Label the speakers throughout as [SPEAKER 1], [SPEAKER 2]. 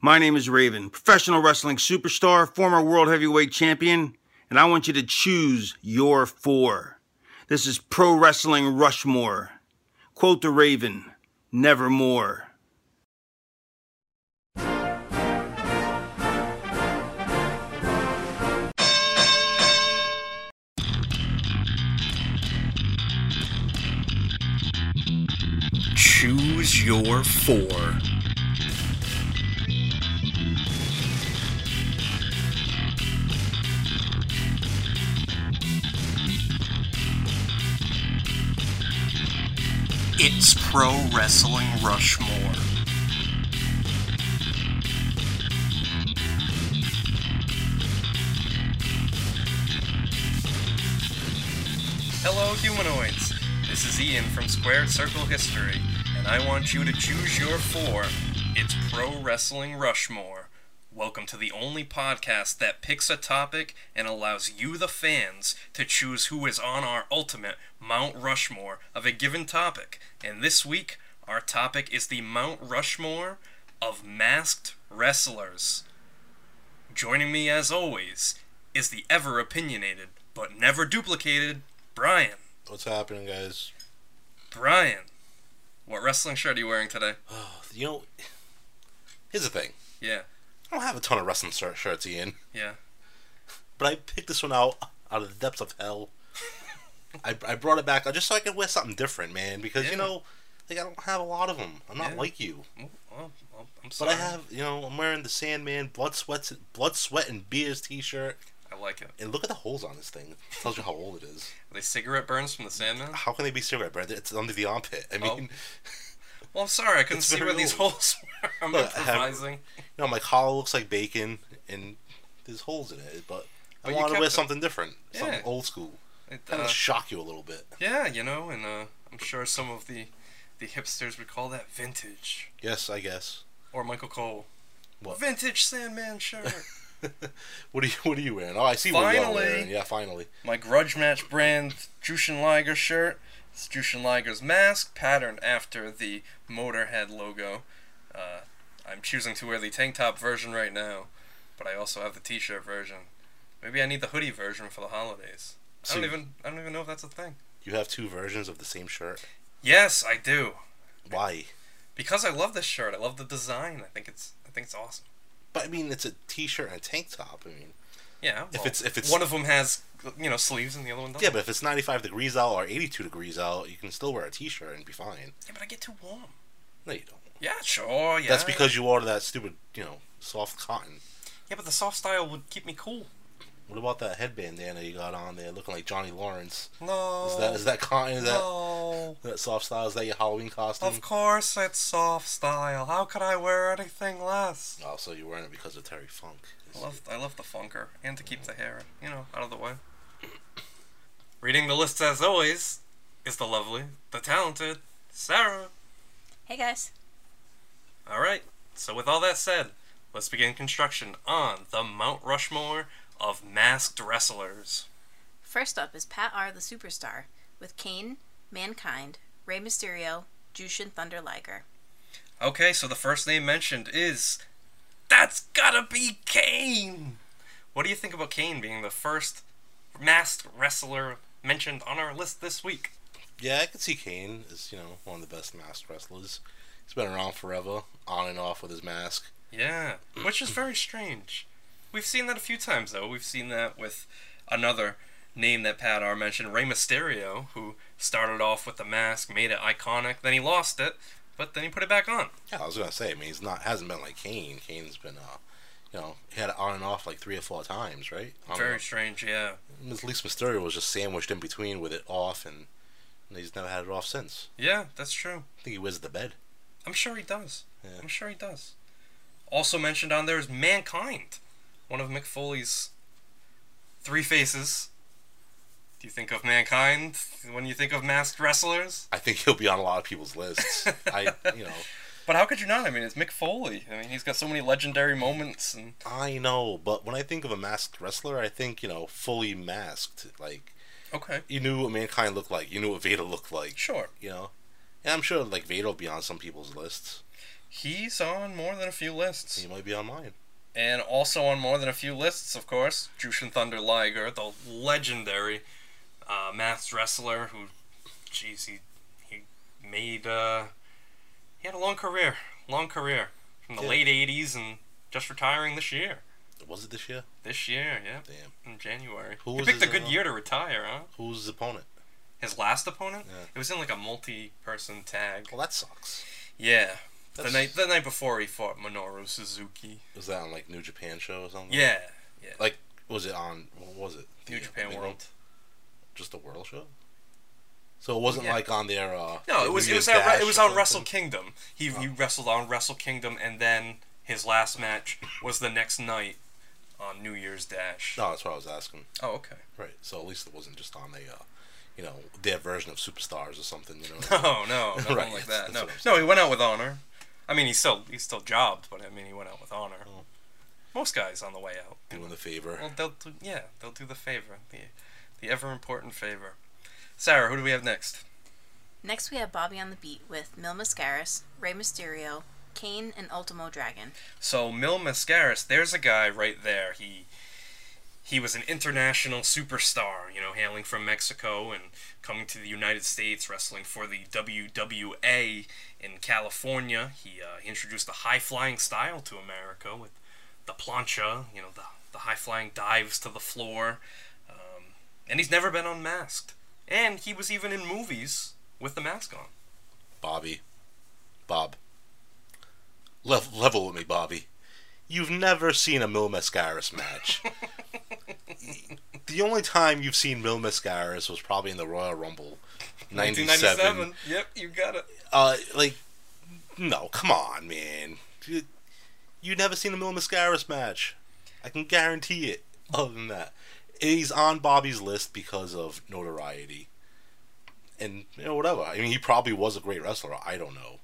[SPEAKER 1] My name is Raven, professional wrestling superstar, former world heavyweight champion, and I want you to choose your four. This is Pro Wrestling Rushmore. Quote the Raven, nevermore.
[SPEAKER 2] Choose your four. It's Pro Wrestling Rushmore.
[SPEAKER 3] Hello, humanoids. This is Ian from Squared Circle History, and I want you to choose your four. It's Pro Wrestling Rushmore. Welcome to the only podcast that picks a topic and allows you, the fans, to choose who is on our ultimate Mount Rushmore of a given topic. And this week, our topic is the Mount Rushmore of masked wrestlers. Joining me, as always, is the ever opinionated but never duplicated Brian.
[SPEAKER 4] What's happening, guys?
[SPEAKER 3] Brian, what wrestling shirt are you wearing today?
[SPEAKER 4] Oh, you know, here's the thing.
[SPEAKER 3] Yeah,
[SPEAKER 4] I don't have a ton of wrestling shir- shirts, Ian,
[SPEAKER 3] yeah.
[SPEAKER 4] but I picked this one out out of the depths of hell. I, I brought it back uh, just so I could wear something different, man. Because
[SPEAKER 3] Yeah.
[SPEAKER 4] you know, like I don't have a lot of them. I'm not
[SPEAKER 3] Yeah.
[SPEAKER 4] like you,
[SPEAKER 3] Well, well, I'm
[SPEAKER 4] but
[SPEAKER 3] sorry.
[SPEAKER 4] I have. You know, I'm wearing the Sandman blood sweats blood sweat and beers T-shirt,
[SPEAKER 3] I like it.
[SPEAKER 4] and look at the holes on this thing. It tells you how old it is.
[SPEAKER 3] Are they cigarette burns from the Sandman?
[SPEAKER 4] How can they be cigarette bread? It's under the armpit. I
[SPEAKER 3] Oh.
[SPEAKER 4] mean,
[SPEAKER 3] Well, I'm sorry, I couldn't
[SPEAKER 4] It's
[SPEAKER 3] see
[SPEAKER 4] very
[SPEAKER 3] where these
[SPEAKER 4] old.
[SPEAKER 3] holes were. I'm
[SPEAKER 4] Look, I have-
[SPEAKER 3] improvising.
[SPEAKER 4] you know, my collar looks like bacon, and there's holes in it. But,
[SPEAKER 3] But
[SPEAKER 4] I
[SPEAKER 3] you
[SPEAKER 4] wanted to
[SPEAKER 3] kept
[SPEAKER 4] wear
[SPEAKER 3] it.
[SPEAKER 4] something different, something
[SPEAKER 3] Yeah.
[SPEAKER 4] old school.
[SPEAKER 3] It,
[SPEAKER 4] Kind
[SPEAKER 3] uh,
[SPEAKER 4] of shock you a little bit.
[SPEAKER 3] yeah, you know, and uh, I'm sure some of the the hipsters would call that vintage.
[SPEAKER 4] Yes, I guess.
[SPEAKER 3] Or Michael Cole.
[SPEAKER 4] What?
[SPEAKER 3] Vintage Sandman shirt.
[SPEAKER 4] What are you What are you wearing? Oh, I see what you're
[SPEAKER 3] Finally.
[SPEAKER 4] wearing. Yeah, finally.
[SPEAKER 3] My grudge match brand Jushin Liger shirt. It's Jushin Liger's mask, patterned after the Motorhead logo. Uh, I'm choosing to wear the tank top version right now, but I also have the T-shirt version. Maybe I need the hoodie version for the holidays. I don't
[SPEAKER 4] So-
[SPEAKER 3] even I don't even know if that's a thing.
[SPEAKER 4] You have two versions of the same shirt.
[SPEAKER 3] Yes, I do
[SPEAKER 4] Why?
[SPEAKER 3] because I love this shirt. I love the design. I think it's I think it's awesome.
[SPEAKER 4] But I mean, it's a T-shirt and a tank top. I mean,
[SPEAKER 3] Yeah.
[SPEAKER 4] If
[SPEAKER 3] well,
[SPEAKER 4] it's- if it's-
[SPEAKER 3] one of them has you know sleeves and the other one doesn't.
[SPEAKER 4] yeah, but if it's 95 degrees out or 82 degrees out, you can still wear a T-shirt and be fine.
[SPEAKER 3] Yeah, but I get too warm.
[SPEAKER 4] No, you don't.
[SPEAKER 3] Yeah, sure. Yeah.
[SPEAKER 4] That's because you order that stupid, you know, soft cotton.
[SPEAKER 3] yeah, but the soft style would keep me cool.
[SPEAKER 4] What about that headband Dana, you got on there, looking like Johnny Lawrence?
[SPEAKER 3] No.
[SPEAKER 4] Is that is that cotton? Is that
[SPEAKER 3] no.
[SPEAKER 4] that soft style? Is that your Halloween costume?
[SPEAKER 3] Of course it's soft style. How could I wear anything less?
[SPEAKER 4] Oh, so you're wearing it because of Terry Funk.
[SPEAKER 3] I love, I love the funker and to keep the hair, you know, out of the way. Reading the list as always is the lovely, the talented Sarah.
[SPEAKER 5] Hey guys.
[SPEAKER 3] All right. So with all that said, let's begin construction on the Mount Rushmore of masked wrestlers.
[SPEAKER 5] First up is Pat R. the Superstar with Kane, Mankind, Rey Mysterio, Jushin Thunder Liger.
[SPEAKER 3] Okay, so the first name mentioned is that's gotta be Kane. What do you think about Kane being the first masked wrestler mentioned on our list this week?
[SPEAKER 4] Yeah, I could see Kane as, you know, one of the best masked wrestlers. He's been around forever, on and off with his mask.
[SPEAKER 3] Yeah, which is very strange. We've seen that a few times though. We've seen that with another name that Pat R mentioned, Rey Mysterio, who started off with the mask, made it iconic, then he lost it, but then he put it back on.
[SPEAKER 4] Yeah, I was gonna say, I mean he's not hasn't been like Kane. Kane's been uh you know, he had it on and off like three or four times, right? On and
[SPEAKER 3] Very
[SPEAKER 4] off.
[SPEAKER 3] strange, yeah.
[SPEAKER 4] At least Mysterio was just sandwiched in between with it off and, and he's never had it off since.
[SPEAKER 3] Yeah, that's true.
[SPEAKER 4] I think he wears it to bed.
[SPEAKER 3] I'm sure he does.
[SPEAKER 4] Yeah.
[SPEAKER 3] I'm sure he does. Also mentioned on there is Mankind, one of McFoley's three faces. Do you think of Mankind when you think of masked wrestlers?
[SPEAKER 4] I think he'll be on a lot of people's lists. I you know
[SPEAKER 3] But how could you not? I mean, it's Mick Foley. I mean, he's got so many legendary moments, and
[SPEAKER 4] I know, but when I think of a masked wrestler, I think, you know, fully masked. Like
[SPEAKER 3] okay,
[SPEAKER 4] you knew what mankind looked like, you knew what Vader looked like.
[SPEAKER 3] sure.
[SPEAKER 4] you know. And I'm sure like Vader will be on some people's lists.
[SPEAKER 3] He's on more than a few lists.
[SPEAKER 4] He might be on mine.
[SPEAKER 3] And also on more than a few lists, of course, Jushin Thunder Liger, the legendary uh, masked wrestler who, jeez, he, he made, uh, he had a long career, long career, from the
[SPEAKER 4] Yeah.
[SPEAKER 3] late 80s and just retiring this year.
[SPEAKER 4] Was it this year?
[SPEAKER 3] This year, yeah,
[SPEAKER 4] Damn.
[SPEAKER 3] in January.
[SPEAKER 4] Who
[SPEAKER 3] he
[SPEAKER 4] was
[SPEAKER 3] picked a
[SPEAKER 4] his,
[SPEAKER 3] good
[SPEAKER 4] uh,
[SPEAKER 3] year to retire, huh?
[SPEAKER 4] Who's his opponent?
[SPEAKER 3] His last opponent?
[SPEAKER 4] Yeah.
[SPEAKER 3] It was in like a multi-person tag.
[SPEAKER 4] Well, that sucks.
[SPEAKER 3] Yeah. The
[SPEAKER 4] That's-
[SPEAKER 3] night, the night before he fought Minoru Suzuki.
[SPEAKER 4] Was that on like New Japan show or something?
[SPEAKER 3] Yeah, yeah.
[SPEAKER 4] Like, was it on? What was it?
[SPEAKER 3] New
[SPEAKER 4] The-
[SPEAKER 3] Japan
[SPEAKER 4] I mean,
[SPEAKER 3] World.
[SPEAKER 4] Just the world show. So it wasn't
[SPEAKER 3] Yeah.
[SPEAKER 4] like on their. Uh,
[SPEAKER 3] No,
[SPEAKER 4] their
[SPEAKER 3] it was
[SPEAKER 4] New
[SPEAKER 3] it was
[SPEAKER 4] Year's
[SPEAKER 3] at, Re-
[SPEAKER 4] Dash
[SPEAKER 3] it was
[SPEAKER 4] or
[SPEAKER 3] on
[SPEAKER 4] something? Oh.
[SPEAKER 3] Wrestle Kingdom. He he wrestled on Wrestle Kingdom, and then his last match was the next night on New Year's Dash.
[SPEAKER 4] No, that's what I was asking.
[SPEAKER 3] Oh, okay.
[SPEAKER 4] Right. So at least it wasn't just on a, uh, you know, their version of Superstars or something. You know. what I mean?
[SPEAKER 3] No, no, nothing
[SPEAKER 4] Right,
[SPEAKER 3] like
[SPEAKER 4] that's-
[SPEAKER 3] that.
[SPEAKER 4] that's
[SPEAKER 3] No, no,
[SPEAKER 4] what I'm
[SPEAKER 3] he went out with honor. I mean, he's still he's still jobbed, but I mean, he went out with honor.
[SPEAKER 4] Oh.
[SPEAKER 3] Most guys on the way out.
[SPEAKER 4] Doing the favor.
[SPEAKER 3] Well, they'll do, yeah, they'll do the favor, the the ever important favor. Sarah, who do we have next?
[SPEAKER 5] Next, we have Bobby on the beat with Mil Mascaris, Rey Mysterio, Kane, and Ultimo Dragon.
[SPEAKER 3] So Mil Mascaris, there's a guy right there. He he was an international superstar, you know, hailing from Mexico and coming to the United States, wrestling for the WWA in California. He, uh, he introduced the high flying style to America with the plancha, you know, the, the high flying dives to the floor. Um, and he's never been unmasked. And he was even in movies with the mask on.
[SPEAKER 4] Bobby. Bob. Lev- level with me, Bobby. You've never seen a Mil Mascaris match. the only time you've seen Mil Mascaris was probably in the Royal Rumble, '97.
[SPEAKER 3] Yep, you got it.
[SPEAKER 4] Uh, like, no, come on, man. You, you never seen a Mil Mascaris match. I can guarantee it. Other than that, he's on Bobby's list because of notoriety. And you know, whatever. I mean, he probably was a great wrestler. I don't know.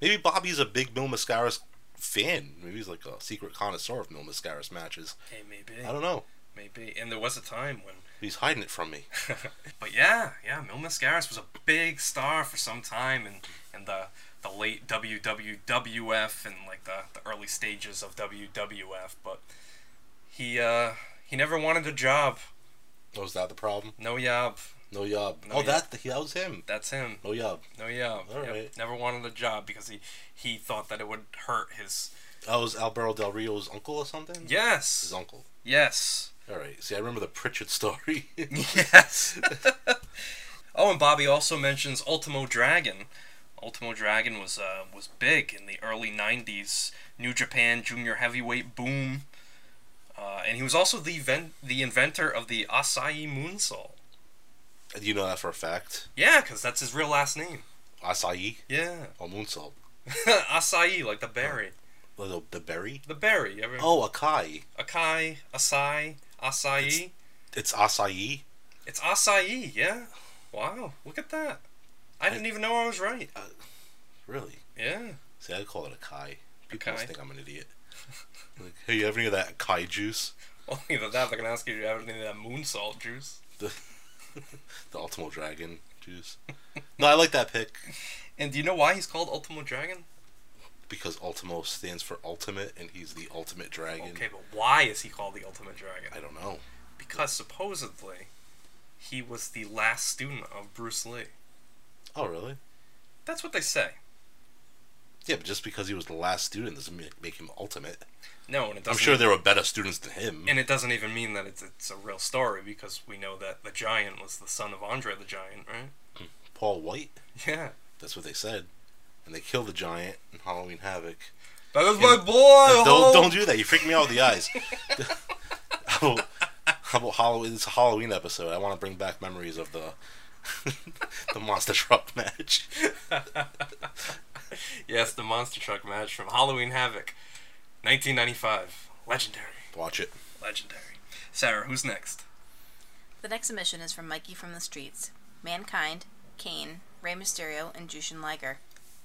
[SPEAKER 4] Maybe Bobby's a big Mil Mascaris fan. Maybe he's like a secret connoisseur of Mil Mascaris matches.
[SPEAKER 3] Hey, maybe.
[SPEAKER 4] I don't know.
[SPEAKER 3] Maybe. And there was a time when.
[SPEAKER 4] He's hiding it from me.
[SPEAKER 3] but yeah, yeah, Mil Mascaris was a big star for some time in, in the, the late WWWF and like the, the early stages of WWF. But he uh, he never wanted a job.
[SPEAKER 4] Was Oh, that the problem?
[SPEAKER 3] No job.
[SPEAKER 4] No yob.
[SPEAKER 3] No
[SPEAKER 4] oh,
[SPEAKER 3] yob.
[SPEAKER 4] that that was him.
[SPEAKER 3] That's him.
[SPEAKER 4] No yob.
[SPEAKER 3] No job.
[SPEAKER 4] All
[SPEAKER 3] Yep.
[SPEAKER 4] right.
[SPEAKER 3] Never wanted a job because he, he thought that it would hurt his.
[SPEAKER 4] That was Alberto Del Rio's uncle or something. His
[SPEAKER 3] Yes.
[SPEAKER 4] uncle.
[SPEAKER 3] Yes.
[SPEAKER 4] All right. See, I remember the Pritchard story.
[SPEAKER 3] Yes. oh, and Bobby also mentions Ultimo Dragon. Ultimo Dragon was uh, was big in the early '90s New Japan Junior Heavyweight boom, uh, and he was also the ven- the inventor of the Asai Moonsault.
[SPEAKER 4] Do you know that for a fact?
[SPEAKER 3] Yeah, because that's his real last name.
[SPEAKER 4] Acai
[SPEAKER 3] Yeah,
[SPEAKER 4] or moonsault?
[SPEAKER 3] Asai, like the berry,
[SPEAKER 4] Or The, the berry?
[SPEAKER 3] the berry. You ever-
[SPEAKER 4] Oh, acai.
[SPEAKER 3] Akai, Asai, Asai.
[SPEAKER 4] It's acai.
[SPEAKER 3] It's Asai. Yeah. Wow, look at that. I didn't even know I was right.
[SPEAKER 4] Really?
[SPEAKER 3] Yeah.
[SPEAKER 4] See, I call it acai. People always
[SPEAKER 3] Acai.
[SPEAKER 4] think I'm an idiot. like, hey, you have any of that acai juice?
[SPEAKER 3] Well, either that, they're gonna ask you if you have any of that moon salt juice.
[SPEAKER 4] The, the Ultimo Dragon juice? No, I like that pick
[SPEAKER 3] And do you know why he's called Ultimo Dragon?
[SPEAKER 4] because Ultimo stands for ultimate and he's the ultimate dragon.
[SPEAKER 3] Okay, but why is he called the Ultimate Dragon?
[SPEAKER 4] I don't know.
[SPEAKER 3] Because supposedly, he was the last student of Bruce Lee.
[SPEAKER 4] Oh, really?
[SPEAKER 3] That's what they say.
[SPEAKER 4] Yeah, but just because he was the last student doesn't ma- make him ultimate.
[SPEAKER 3] No, and it
[SPEAKER 4] I'm
[SPEAKER 3] doesn't. e-
[SPEAKER 4] sure there were better students than him.
[SPEAKER 3] and it doesn't even mean that it's it's a real story because we know that the giant was the son of Andre the Giant, right?
[SPEAKER 4] Paul White?
[SPEAKER 3] Yeah.
[SPEAKER 4] That's what they said. And they kill the giant in Halloween Havoc.
[SPEAKER 3] That was
[SPEAKER 4] my
[SPEAKER 3] boy. Hulk!
[SPEAKER 4] Don't, don't do that. You freak me out with the eyes. how, about, how about Halloween? It's a Halloween episode. I want to bring back memories of the the monster truck match.
[SPEAKER 3] Yes, the monster truck match from Halloween Havoc, 1995. Legendary.
[SPEAKER 4] Watch it.
[SPEAKER 3] Legendary. Sarah, who's next?
[SPEAKER 5] The next submission is from Mikey from the Streets, Mankind, Kane, Rey Mysterio, and Jushin Liger.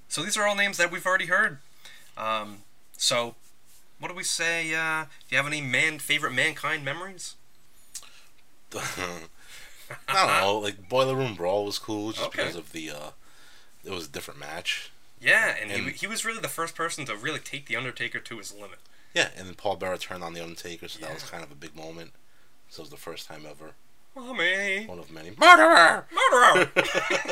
[SPEAKER 3] So these are all names that we've already heard. Um, so, what do we say? Uh, do you have any man favorite mankind memories?
[SPEAKER 4] I don't know. Like Boiler Room Brawl was cool just
[SPEAKER 3] Okay.
[SPEAKER 4] because of the uh, it was a different match.
[SPEAKER 3] Yeah, and, he,
[SPEAKER 4] And-
[SPEAKER 3] he was really the first person to really take the Undertaker to his limit.
[SPEAKER 4] Yeah, and then Paul Bearer turned on the Undertaker, so that was
[SPEAKER 3] Yeah.
[SPEAKER 4] kind of a big moment. So it was the first time ever,
[SPEAKER 3] Mommy,
[SPEAKER 4] one of many. Murderer!
[SPEAKER 3] murderer! it's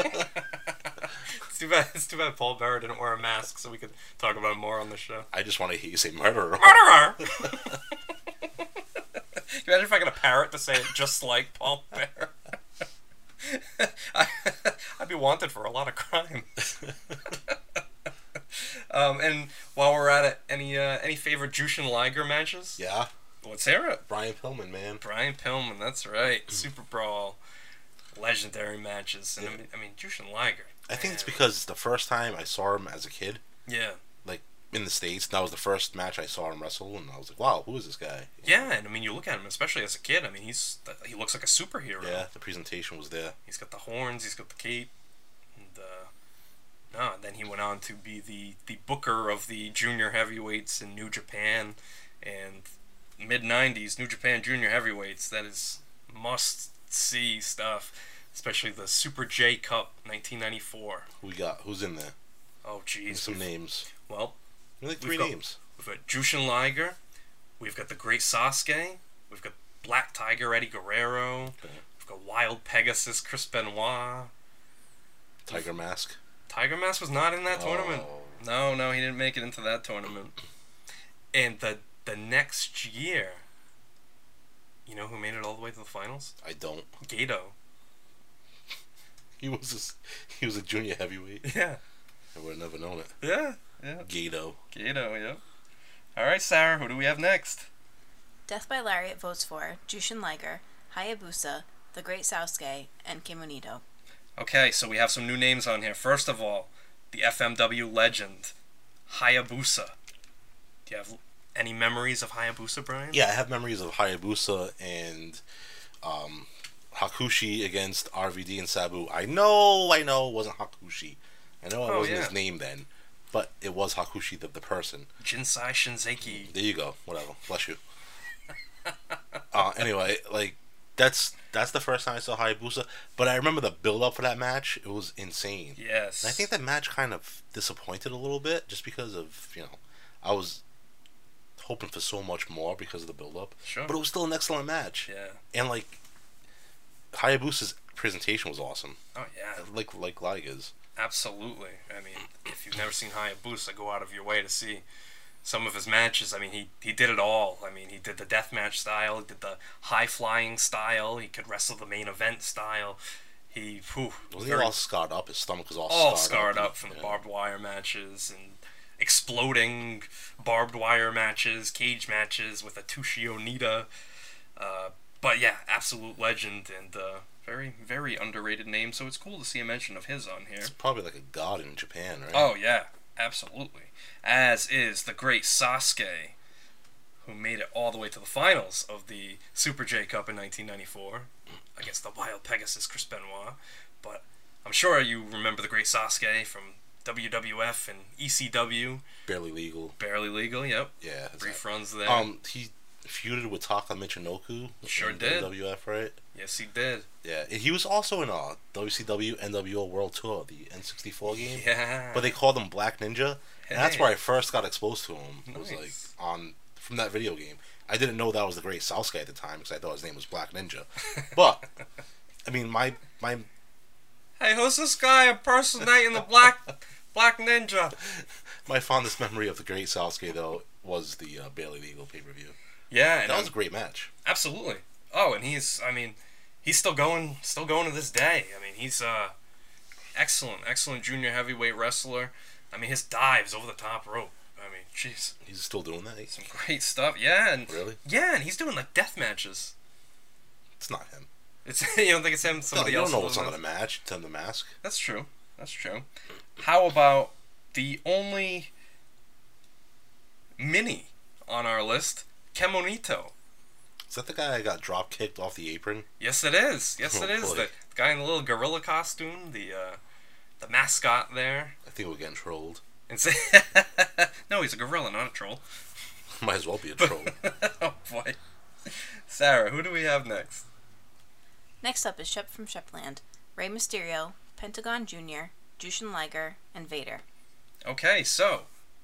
[SPEAKER 3] too bad. It's too bad Paul Bearer didn't wear a mask, so we could talk about more on the show.
[SPEAKER 4] I just want to hear you say murderer.
[SPEAKER 3] Murderer! Can you imagine if I got a parrot to say it just like Paul Bearer? I, I'd be wanted for a lot of crime. um, and while we're at it, any uh, any favorite Jushin Liger matches?
[SPEAKER 4] Yeah,
[SPEAKER 3] Let's hear it.
[SPEAKER 4] Brian Pillman, man.
[SPEAKER 3] Brian Pillman, that's right. Super Brawl, legendary matches, and I, mean, I mean Jushin Liger.
[SPEAKER 4] I think it's
[SPEAKER 3] man.
[SPEAKER 4] because it's the first time I saw him as a kid
[SPEAKER 3] yeah,
[SPEAKER 4] in the States. That was the first match I saw him wrestle, and I was like, wow, who is this guy?
[SPEAKER 3] yeah, and I mean you look at him, especially as a kid. I mean he's he looks like a superhero.
[SPEAKER 4] Yeah, the presentation was there.
[SPEAKER 3] He's got the horns. He's got the cape. And uh, no, and then he went on to be the the booker of the junior heavyweights in New Japan, and mid '90s New Japan Junior Heavyweights. That is must see stuff, especially the Super J Cup 1994.
[SPEAKER 4] Who we got? Who's in there?
[SPEAKER 3] Oh
[SPEAKER 4] Give me
[SPEAKER 3] jeez.
[SPEAKER 4] some names.
[SPEAKER 3] Well,
[SPEAKER 4] Give me, like
[SPEAKER 3] We've
[SPEAKER 4] three
[SPEAKER 3] got-
[SPEAKER 4] names.
[SPEAKER 3] we've got Jushin Liger. We've got the Great Sasuke. We've got Black Tiger Eddie Guerrero.
[SPEAKER 4] Okay.
[SPEAKER 3] We've got Wild Pegasus Chris Benoit.
[SPEAKER 4] Tiger Mask.
[SPEAKER 3] Tiger Mask was not in that tournament.
[SPEAKER 4] Oh.
[SPEAKER 3] No, no, he didn't make it into that tournament. And the the next year, you know who made it all the way to the finals?
[SPEAKER 4] I don't.
[SPEAKER 3] Gato.
[SPEAKER 4] He was a, s- he was a junior heavyweight.
[SPEAKER 3] Yeah,
[SPEAKER 4] I would have never known it.
[SPEAKER 3] yeah, yeah.
[SPEAKER 4] Gato.
[SPEAKER 3] Gato, yep. All right, Sarah, who do we have next?
[SPEAKER 5] Death by Lariat votes for Jushin Liger, Hayabusa, The Great Sasuke, and Kimonito.
[SPEAKER 3] Okay, so we have some new names on here. First of all, the FMW legend, Hayabusa. Do you have any memories of Hayabusa, Brian?
[SPEAKER 4] Yeah, I have memories of Hayabusa and um, Hakushi against RVD and Sabu. I know, I know, it wasn't Hakushi. I know it
[SPEAKER 3] Oh,
[SPEAKER 4] wasn't
[SPEAKER 3] yeah.
[SPEAKER 4] his name then, but it was Hakushi, the, the person.
[SPEAKER 3] Jinsai Shinzeki.
[SPEAKER 4] There you go. Whatever. Bless you. uh, anyway, like that's that's the first time I saw Hayabusa, but I remember the build up for that match. It was insane.
[SPEAKER 3] Yes.
[SPEAKER 4] And I think that match kind of disappointed a little bit just because of, you know, I was hoping for so much more because of the build up.
[SPEAKER 3] Sure.
[SPEAKER 4] But it was still an excellent match.
[SPEAKER 3] Yeah.
[SPEAKER 4] And like Hayabusa's presentation was awesome.
[SPEAKER 3] Oh, yeah.
[SPEAKER 4] Like like Liger's.
[SPEAKER 3] Absolutely. I mean, if you've never seen Hayabusa, go out of your way to see some of his matches. I mean, he, he did it all. I mean, he did the deathmatch style, he did the high flying style, he could wrestle the main event style. He, whew,
[SPEAKER 4] Was he
[SPEAKER 3] very-
[SPEAKER 4] all scarred up? His stomach was all,
[SPEAKER 3] all
[SPEAKER 4] scarred,
[SPEAKER 3] scarred up from the
[SPEAKER 4] Yeah.
[SPEAKER 3] barbed wire matches and exploding barbed wire matches, cage matches with a Tushi Onita. Uh, but yeah, absolute legend and uh, very, very underrated name. So it's cool to see a mention of his on here.
[SPEAKER 4] It's probably like a god in Japan, right?
[SPEAKER 3] Oh yeah, absolutely. As is the great Sasuke, who made it all the way to the finals of the Super J Cup in 1994 against the Wild Pegasus Chris Benoit. But I'm sure you remember the great Sasuke from WWF and ECW,
[SPEAKER 4] Barely legal.
[SPEAKER 3] barely legal. Yep,
[SPEAKER 4] Yeah. it's
[SPEAKER 3] brief runs there.
[SPEAKER 4] Um, he feuded with Taka Michinoku.
[SPEAKER 3] Sure
[SPEAKER 4] in
[SPEAKER 3] did.
[SPEAKER 4] WWF, right?
[SPEAKER 3] yes, he did.
[SPEAKER 4] Yeah, and he was also in uh, a WCW NWO World Tour, the N64 game.
[SPEAKER 3] Yeah,
[SPEAKER 4] But they called him Black Ninja, and that's
[SPEAKER 3] Hey.
[SPEAKER 4] where I first got exposed to him. It was like
[SPEAKER 3] Nice.
[SPEAKER 4] on from that video game. I didn't know that was the Great Sasuke at the time because I thought his name was Black Ninja. But I mean, my my
[SPEAKER 3] hey, who's this guy impersonating the black black ninja?
[SPEAKER 4] my fondest memory of the Great Sasuke though was the uh, Bailey Legal pay per view.
[SPEAKER 3] Yeah, and
[SPEAKER 4] That
[SPEAKER 3] I'm-
[SPEAKER 4] was a great match.
[SPEAKER 3] Absolutely. Oh, and he's I mean, he's still going still going to this day. I mean, he's uh excellent, excellent junior heavyweight wrestler. I mean, his dives over the top rope. I mean, jeez,
[SPEAKER 4] He's still doing that. He's-
[SPEAKER 3] some great stuff. Yeah, and
[SPEAKER 4] Really?
[SPEAKER 3] yeah, and he's doing like death matches.
[SPEAKER 4] It's not him.
[SPEAKER 3] It's you don't think it's him,
[SPEAKER 4] No,
[SPEAKER 3] somebody
[SPEAKER 4] you don't
[SPEAKER 3] else.
[SPEAKER 4] know what's
[SPEAKER 3] doing
[SPEAKER 4] under the
[SPEAKER 3] it?
[SPEAKER 4] match. It's under the mask.
[SPEAKER 3] That's true. That's true. How about the only mini on our list, Kemonito?
[SPEAKER 4] Is that the guy I got drop kicked off the apron?
[SPEAKER 3] Yes, it is. Yes,
[SPEAKER 4] Oh,
[SPEAKER 3] it is.
[SPEAKER 4] boy.
[SPEAKER 3] The guy in the little gorilla costume, the uh, the mascot there.
[SPEAKER 4] I think we're getting trolled.
[SPEAKER 3] And say, no, he's a gorilla, not a troll.
[SPEAKER 4] Might as well be a troll.
[SPEAKER 3] oh boy, Sarah, who do we have next?
[SPEAKER 5] Next up is Shep from Shepland, Rey Mysterio, Pentagon Jr., Jushin Liger, and Vader.
[SPEAKER 3] Okay, so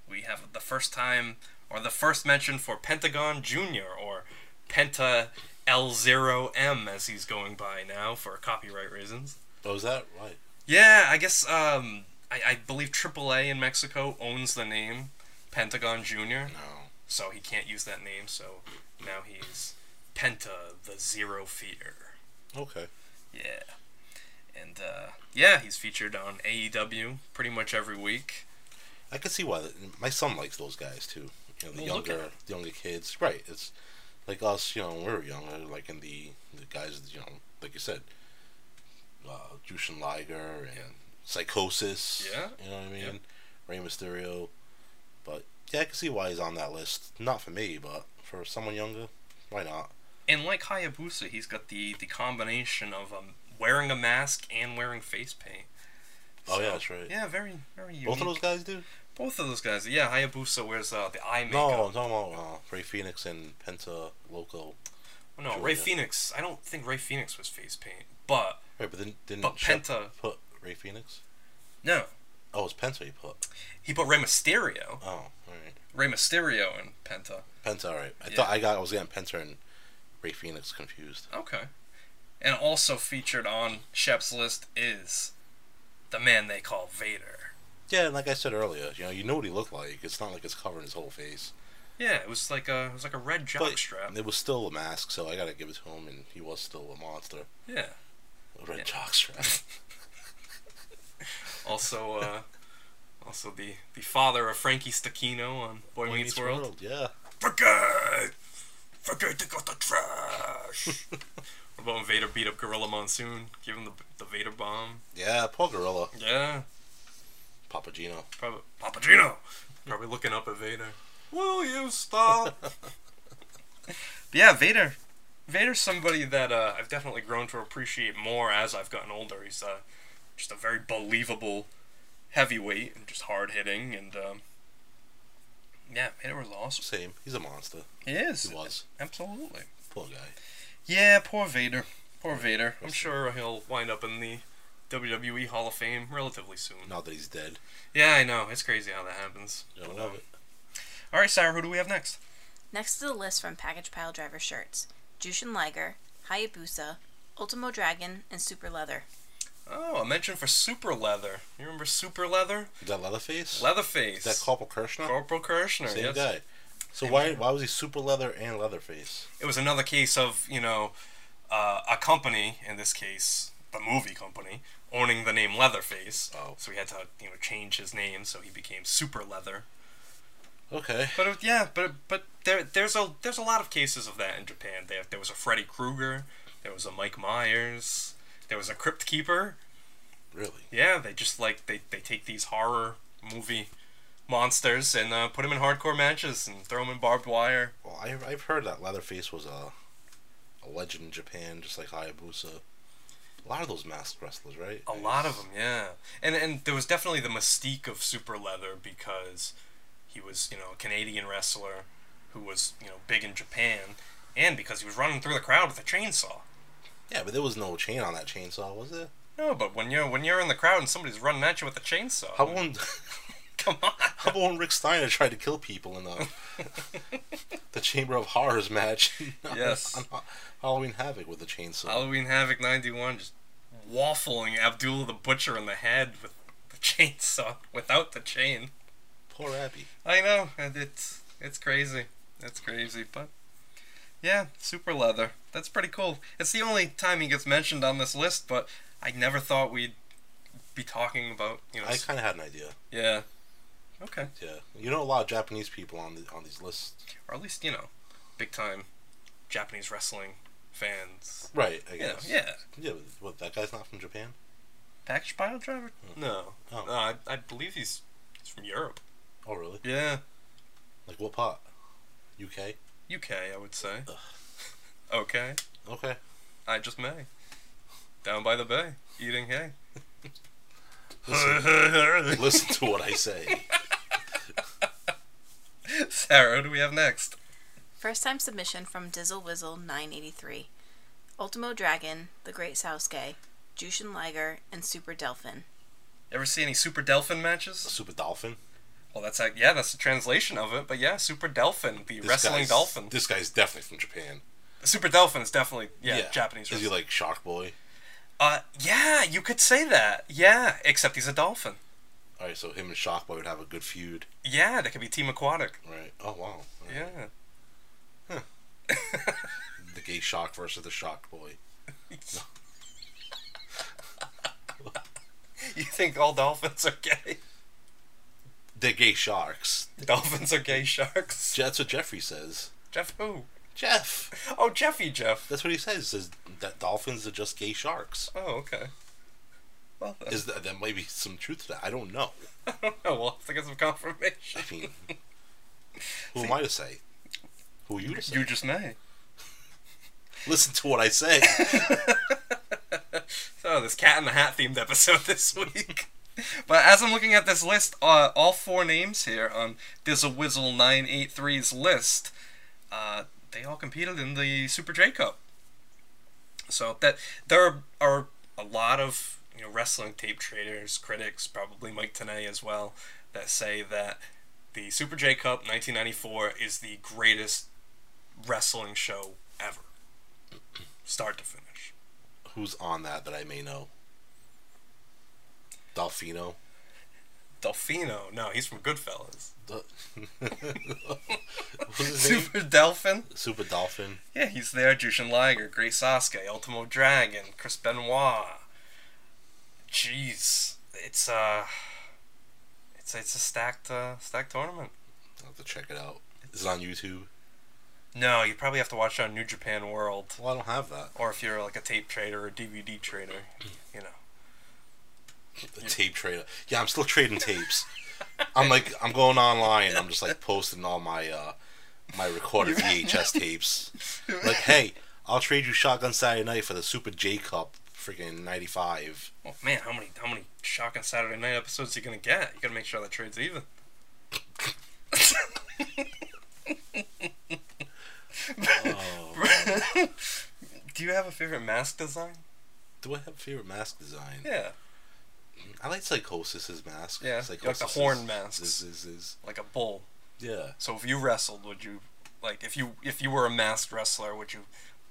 [SPEAKER 3] we have the first time or the first mention for Pentagon Junior or Penta L0M as he's going by now for copyright reasons.
[SPEAKER 4] Oh, is that right?
[SPEAKER 3] Yeah, I guess um, I, I believe AAA in Mexico owns the name Pentagon Junior,
[SPEAKER 4] No.
[SPEAKER 3] so he can't use that name. So now he's Penta the Zero Fear.
[SPEAKER 4] Okay.
[SPEAKER 3] Yeah. And uh, yeah, he's featured on AEW pretty much every week.
[SPEAKER 4] I can see why. The, my son likes those guys too. You know, the
[SPEAKER 3] Well, Oh, look at
[SPEAKER 4] younger, the younger kids. Right. It's like us. You know, when we were younger. Like in the the guys. You know, like you said, uh, Jushin Liger and
[SPEAKER 3] Yeah.
[SPEAKER 4] Psychosis.
[SPEAKER 3] Yeah.
[SPEAKER 4] You know what I mean?
[SPEAKER 3] Yep.
[SPEAKER 4] Rey Mysterio. But yeah, I can see why he's on that list. Not for me, but for someone younger, why not?
[SPEAKER 3] And like Hayabusa, he's got the, the combination of um, wearing a mask and wearing face paint.
[SPEAKER 4] Oh
[SPEAKER 3] So,
[SPEAKER 4] yeah, that's right.
[SPEAKER 3] Yeah, very very unique.
[SPEAKER 4] Both of those guys do.
[SPEAKER 3] Both of those guys. Yeah, Hayabusa wears uh, the eye
[SPEAKER 4] No, I'm
[SPEAKER 3] makeup.
[SPEAKER 4] talking about uh, Ray Phoenix and Penta Loco.
[SPEAKER 3] No, no
[SPEAKER 4] Sure,
[SPEAKER 3] Ray
[SPEAKER 4] yeah.
[SPEAKER 3] Phoenix. I don't think Ray Phoenix was face paint, but
[SPEAKER 4] Right, but then didn't
[SPEAKER 3] But
[SPEAKER 4] Shep
[SPEAKER 3] Penta-
[SPEAKER 4] put Ray Phoenix?
[SPEAKER 3] no,
[SPEAKER 4] Oh, it's Penta he put.
[SPEAKER 3] he put Rey Mysterio,
[SPEAKER 4] Oh, all right.
[SPEAKER 3] Rey Mysterio and Penta.
[SPEAKER 4] Penta, all right. I
[SPEAKER 3] Yeah.
[SPEAKER 4] thought I got I was getting Penta and Ray Phoenix confused.
[SPEAKER 3] Okay. And also featured on Shep's list is the man they call Vader.
[SPEAKER 4] Yeah, and like I said earlier, you know, you know what he looked like. It's not like it's covering his whole face.
[SPEAKER 3] Yeah, it was like a it was like a red
[SPEAKER 4] But
[SPEAKER 3] jockstrap.
[SPEAKER 4] it was still a mask, so I gotta give it to him, and he was still a monster.
[SPEAKER 3] Yeah.
[SPEAKER 4] A red
[SPEAKER 3] Yeah.
[SPEAKER 4] jockstrap.
[SPEAKER 3] Also, uh, also the the father of Frankie Stakino on Boy,
[SPEAKER 4] Boy
[SPEAKER 3] Meets
[SPEAKER 4] Meets
[SPEAKER 3] World.
[SPEAKER 4] Yeah.
[SPEAKER 3] Forget, forget to got the trash. what about when Vader beat up Gorilla Monsoon? Give him the the Vader bomb.
[SPEAKER 4] Yeah, poor gorilla.
[SPEAKER 3] Yeah,
[SPEAKER 4] Papa Gino.
[SPEAKER 3] probably Papagino. Probably looking up at Vader. Will you stop? yeah, Vader. Vader's somebody that uh, I've definitely grown to appreciate more as I've gotten older. He's uh, just a very believable heavyweight and just hard hitting and um, yeah, Vader was awesome.
[SPEAKER 4] Same. He's a monster.
[SPEAKER 3] He is
[SPEAKER 4] He was.
[SPEAKER 3] absolutely.
[SPEAKER 4] Poor guy.
[SPEAKER 3] Yeah, poor Vader. Poor Vader. I'm sure he'll wind up in the WWE Hall of Fame relatively soon.
[SPEAKER 4] Now that he's dead.
[SPEAKER 3] Yeah, I know. It's crazy how that happens.
[SPEAKER 4] You know, I love it.
[SPEAKER 3] All right, Sarah, who do we have next?
[SPEAKER 5] Next to the list from Package Pile Driver shirts Jushin Liger, Hayabusa, Ultimo Dragon, and Super Leather.
[SPEAKER 3] Oh, a mention for Super Leather. You remember Super Leather?
[SPEAKER 4] Is that Leatherface?
[SPEAKER 3] Leatherface.
[SPEAKER 4] Is that Corporal Kirshner?
[SPEAKER 3] Corporal Kirshner.
[SPEAKER 4] Same
[SPEAKER 3] yes.
[SPEAKER 4] guy. So
[SPEAKER 3] Same
[SPEAKER 4] why
[SPEAKER 3] guy.
[SPEAKER 4] why was he super leather and Leatherface?
[SPEAKER 3] It was another case of you know uh, a company in this case, the movie company, owning the name Leatherface.
[SPEAKER 4] Oh.
[SPEAKER 3] So he had to you know change his name, so he became Super Leather.
[SPEAKER 4] Okay.
[SPEAKER 3] But it, yeah, but but there there's a there's a lot of cases of that in Japan. There there was a Freddy Krueger, there was a Mike Myers, there was a Crypt Keeper.
[SPEAKER 4] Really?
[SPEAKER 3] Yeah, they just like they, they take these horror movie monsters and uh, put them in hardcore matches and throw them in barbed wire.
[SPEAKER 4] Well, I, I've heard that Leatherface was a, a legend in Japan, just like Hayabusa. A lot of those masked wrestlers, right?
[SPEAKER 3] A lot of them, yeah. And and there was definitely the mystique of Super Leather because he was you know a Canadian wrestler who was you know big in Japan, and because he was running through the crowd with a chainsaw.
[SPEAKER 4] Yeah, but there was no chain on that chainsaw, was there?
[SPEAKER 3] No, but when you're when you're in the crowd and somebody's running at you with a chainsaw,
[SPEAKER 4] How about when,
[SPEAKER 3] come on.
[SPEAKER 4] how about when Rick Steiner tried to kill people in the, the Chamber of Horrors match? on-
[SPEAKER 3] Yes.
[SPEAKER 4] on Ha- Halloween Havoc with the chainsaw.
[SPEAKER 3] Halloween Havoc '91 just waffling Abdullah the Butcher in the head with the chainsaw without the chain.
[SPEAKER 4] Poor Abby.
[SPEAKER 3] I know, and it's it's crazy. It's crazy, but yeah, super leather. That's pretty cool. It's the only time he gets mentioned on this list, but I never thought we'd be talking about you know.
[SPEAKER 4] I
[SPEAKER 3] s-
[SPEAKER 4] kind of had an idea.
[SPEAKER 3] yeah. Okay,
[SPEAKER 4] Yeah, you know a lot of Japanese people on the, on these lists,
[SPEAKER 3] or at least you know, big time Japanese wrestling fans.
[SPEAKER 4] right? I
[SPEAKER 3] You know,
[SPEAKER 4] guess.
[SPEAKER 3] yeah.
[SPEAKER 4] Yeah, but what, that guy's not from Japan?
[SPEAKER 3] Package pile driver? No.
[SPEAKER 4] Oh.
[SPEAKER 3] No, I, I believe he's, he's from Europe.
[SPEAKER 4] Oh, really?
[SPEAKER 3] Yeah.
[SPEAKER 4] Like what part? UK?
[SPEAKER 3] UK, I would say.
[SPEAKER 4] Ugh.
[SPEAKER 3] Okay.
[SPEAKER 4] Okay.
[SPEAKER 3] I just may. Down by the bay, eating hay.
[SPEAKER 4] Listen, listen to what I say.
[SPEAKER 3] Sarah, what do we have next?
[SPEAKER 5] First time submission from Dizzle Wizzle 983. Ultimo Dragon, The Great Sasuke, Jushin Liger, and Super Delphin.
[SPEAKER 3] Ever see any Super Delphin matches?
[SPEAKER 4] Super Dolphin?
[SPEAKER 3] Well, that's a, yeah, that's the translation of it. But yeah, Super Delphin, the
[SPEAKER 4] This
[SPEAKER 3] wrestling
[SPEAKER 4] guy's-
[SPEAKER 3] dolphin.
[SPEAKER 4] This guy's definitely from Japan.
[SPEAKER 3] Super Delphin is definitely yeah, Japanese.
[SPEAKER 4] Is
[SPEAKER 3] wrestling.
[SPEAKER 4] he like Shock Boy?
[SPEAKER 3] uh, yeah, you could say that. Yeah, except he's a dolphin.
[SPEAKER 4] All right, so him and Shock Boy would have a good feud,
[SPEAKER 3] Yeah, that could be Team Aquatic.
[SPEAKER 4] right? Oh wow. All right.
[SPEAKER 3] Yeah,
[SPEAKER 4] The gay Shock versus the Shock Boy.
[SPEAKER 3] you think all dolphins are gay?
[SPEAKER 4] The gay sharks.
[SPEAKER 3] Dolphins are gay sharks.
[SPEAKER 4] That's what Jeffrey says.
[SPEAKER 3] Jeff who?
[SPEAKER 4] Jeff.
[SPEAKER 3] Oh, Jeffy Jeff.
[SPEAKER 4] That's what he says. He says that dolphins are just gay sharks.
[SPEAKER 3] Oh, okay. Well, then.
[SPEAKER 4] Is that, there might be some truth to that? I don't know.
[SPEAKER 3] I don't know. We'll have to get some confirmation.
[SPEAKER 4] I mean, who am I to say? Who are you to say?
[SPEAKER 3] You just may.
[SPEAKER 4] Listen to what I say.
[SPEAKER 3] So Oh, this Cat in the Hat themed episode this week. But as I'm looking at this list, uh, all four names here on Dizzlewizzle 983's list, uh, they all competed in the Super J Cup. So that there are, are a lot of you know wrestling tape traders, critics, probably Mike Tenay as well, that say that the Super J Cup 1994 is the greatest wrestling show ever, start to finish.
[SPEAKER 4] Who's on that that I may know? Dolphino.
[SPEAKER 3] Delfino. No, he's from Goodfellas.
[SPEAKER 4] Du- What's his name?
[SPEAKER 3] Super Delphin.
[SPEAKER 4] Super Dolphin.
[SPEAKER 3] Yeah, he's there. Jushin Liger, Great Sasuke, Ultimo Dragon, Chris Benoit. Jeez, it's uh, it's it's a stacked uh, stacked tournament.
[SPEAKER 4] I'll have to check it out. Is it on YouTube?
[SPEAKER 3] No, you probably have to watch it on New Japan World,
[SPEAKER 4] Well, I don't have that.
[SPEAKER 3] or if you're like a tape trader or DVD trader, you know.
[SPEAKER 4] The tape trader. Yeah, I'm still trading tapes. I'm like, I'm going online. I'm just like posting all my uh, my recorded VHS tapes. Like, hey, I'll trade you Shotgun Saturday Night for the Super J Cup, freaking '95.
[SPEAKER 3] Oh man, how many how many shocking Saturday night episodes you gonna get? You gotta make sure that trade's even.
[SPEAKER 4] Oh,
[SPEAKER 3] Do you have a favorite mask design?
[SPEAKER 4] Do I have a favorite mask design?
[SPEAKER 3] Yeah,
[SPEAKER 4] I like Psychosis's mask.
[SPEAKER 3] Yeah, you like the
[SPEAKER 4] Psychosis
[SPEAKER 3] horn
[SPEAKER 4] is-
[SPEAKER 3] masks.
[SPEAKER 4] Is, is, is,
[SPEAKER 3] like a bull.
[SPEAKER 4] yeah.
[SPEAKER 3] So if you wrestled, would you like if you if you were a masked wrestler, would you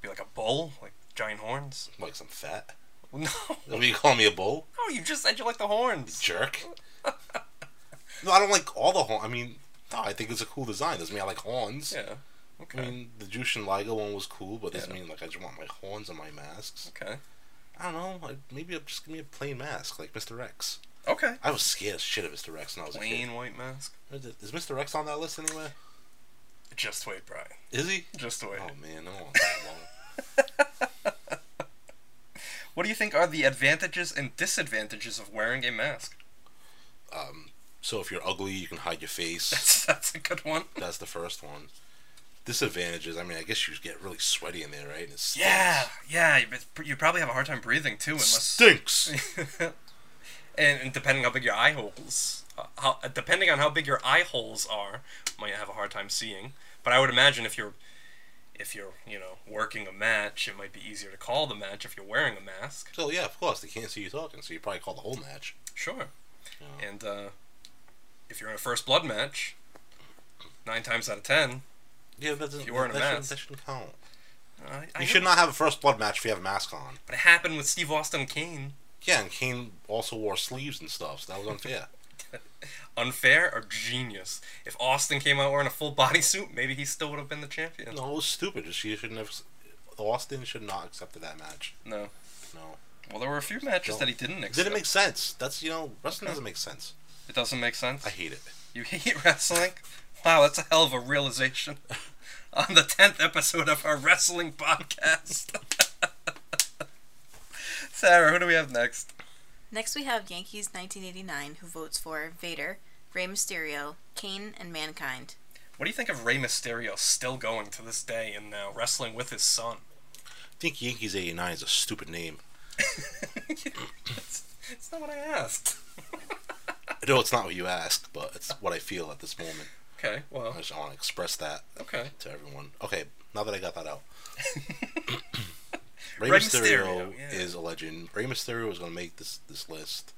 [SPEAKER 3] be like a bull, like giant horns?
[SPEAKER 4] Like some fat.
[SPEAKER 3] No,
[SPEAKER 4] Will you call me a bull?
[SPEAKER 3] no, you just said you like the horns.
[SPEAKER 4] Jerk. no, I don't like all the horn. I mean, no, I think it's a cool design. Doesn't mean I like horns.
[SPEAKER 3] Yeah.
[SPEAKER 4] I
[SPEAKER 3] Okay.
[SPEAKER 4] mean, the Jushin Liger one was cool, but doesn't
[SPEAKER 3] Yeah.
[SPEAKER 4] mean like I just want my horns and my masks.
[SPEAKER 3] okay.
[SPEAKER 4] I don't know. Like, maybe I'll just give me a plain mask like Mr. Rex.
[SPEAKER 3] Okay.
[SPEAKER 4] I was scared as shit of Mr. Rex when I was
[SPEAKER 3] Plain white mask.
[SPEAKER 4] a kid. Is Mr. Rex on that list anywhere?
[SPEAKER 3] Just wait, Brian.
[SPEAKER 4] Is he?
[SPEAKER 3] Just wait.
[SPEAKER 4] Oh man, I don't want that one.
[SPEAKER 3] What do you think are the advantages and disadvantages of wearing a mask?
[SPEAKER 4] So if you're ugly, you can hide your face.
[SPEAKER 3] That's, that's a good one.
[SPEAKER 4] That's the first one. Disadvantages. I mean, I guess you get really sweaty in there, right? And it stinks.
[SPEAKER 3] Yeah, yeah. you- but You probably have a hard time breathing too, unless
[SPEAKER 4] Stinks.
[SPEAKER 3] and, and depending how big your eye holes, uh, how, depending on how big your eye holes are, might have a hard time seeing. But I would imagine if you're if you're you know working a match, it might be easier to call the match if you're wearing a mask.
[SPEAKER 4] so yeah, of course they can't see you talking, so you probably call the whole match.
[SPEAKER 3] Sure.
[SPEAKER 4] Yeah.
[SPEAKER 3] And uh, if you're in a first blood match, nine times out of ten,
[SPEAKER 4] Yeah, that doesn't.
[SPEAKER 3] you wearing a
[SPEAKER 4] that shouldn't-
[SPEAKER 3] mask.
[SPEAKER 4] that shouldn't count.
[SPEAKER 3] I, I
[SPEAKER 4] You should not have a first blood match if you have a mask on.
[SPEAKER 3] But it happened with Steve Austin Kane.
[SPEAKER 4] Yeah, and Kane also wore sleeves and stuff, so that was unfair.
[SPEAKER 3] unfair or genius. If Austin came out wearing a full bodysuit, maybe he still would have been the champion.
[SPEAKER 4] no, it was stupid. She shouldn't have. Austin should not accepted that match.
[SPEAKER 3] No.
[SPEAKER 4] No,
[SPEAKER 3] Well, there were a few matches
[SPEAKER 4] Don't.
[SPEAKER 3] that he didn't
[SPEAKER 4] it
[SPEAKER 3] accept.
[SPEAKER 4] didn't make sense. That's you know, wrestling doesn't make sense.
[SPEAKER 3] it doesn't make sense.
[SPEAKER 4] I hate it.
[SPEAKER 3] You hate wrestling? Wow, that's a hell of a realization. On the 10th episode of our wrestling podcast. Sarah, who do we have next?
[SPEAKER 5] Next, we have Yankees 1989, who votes for Vader, Rey Mysterio, Kane, and Mankind.
[SPEAKER 3] What do you think of Rey Mysterio still going to this day and now wrestling with his son?
[SPEAKER 4] I think Yankees '89 is a stupid name.
[SPEAKER 3] That's, that's not what I asked.
[SPEAKER 4] I know it's not what you asked, but it's what I feel at this moment.
[SPEAKER 3] Okay, well,
[SPEAKER 4] I just want to express that
[SPEAKER 3] okay.
[SPEAKER 4] to everyone. Okay, now that I got that out.
[SPEAKER 3] Rey
[SPEAKER 4] Rey Mysterio,
[SPEAKER 3] Mysterio, yeah.
[SPEAKER 4] is a legend. Rey Mysterio is going to make this this list,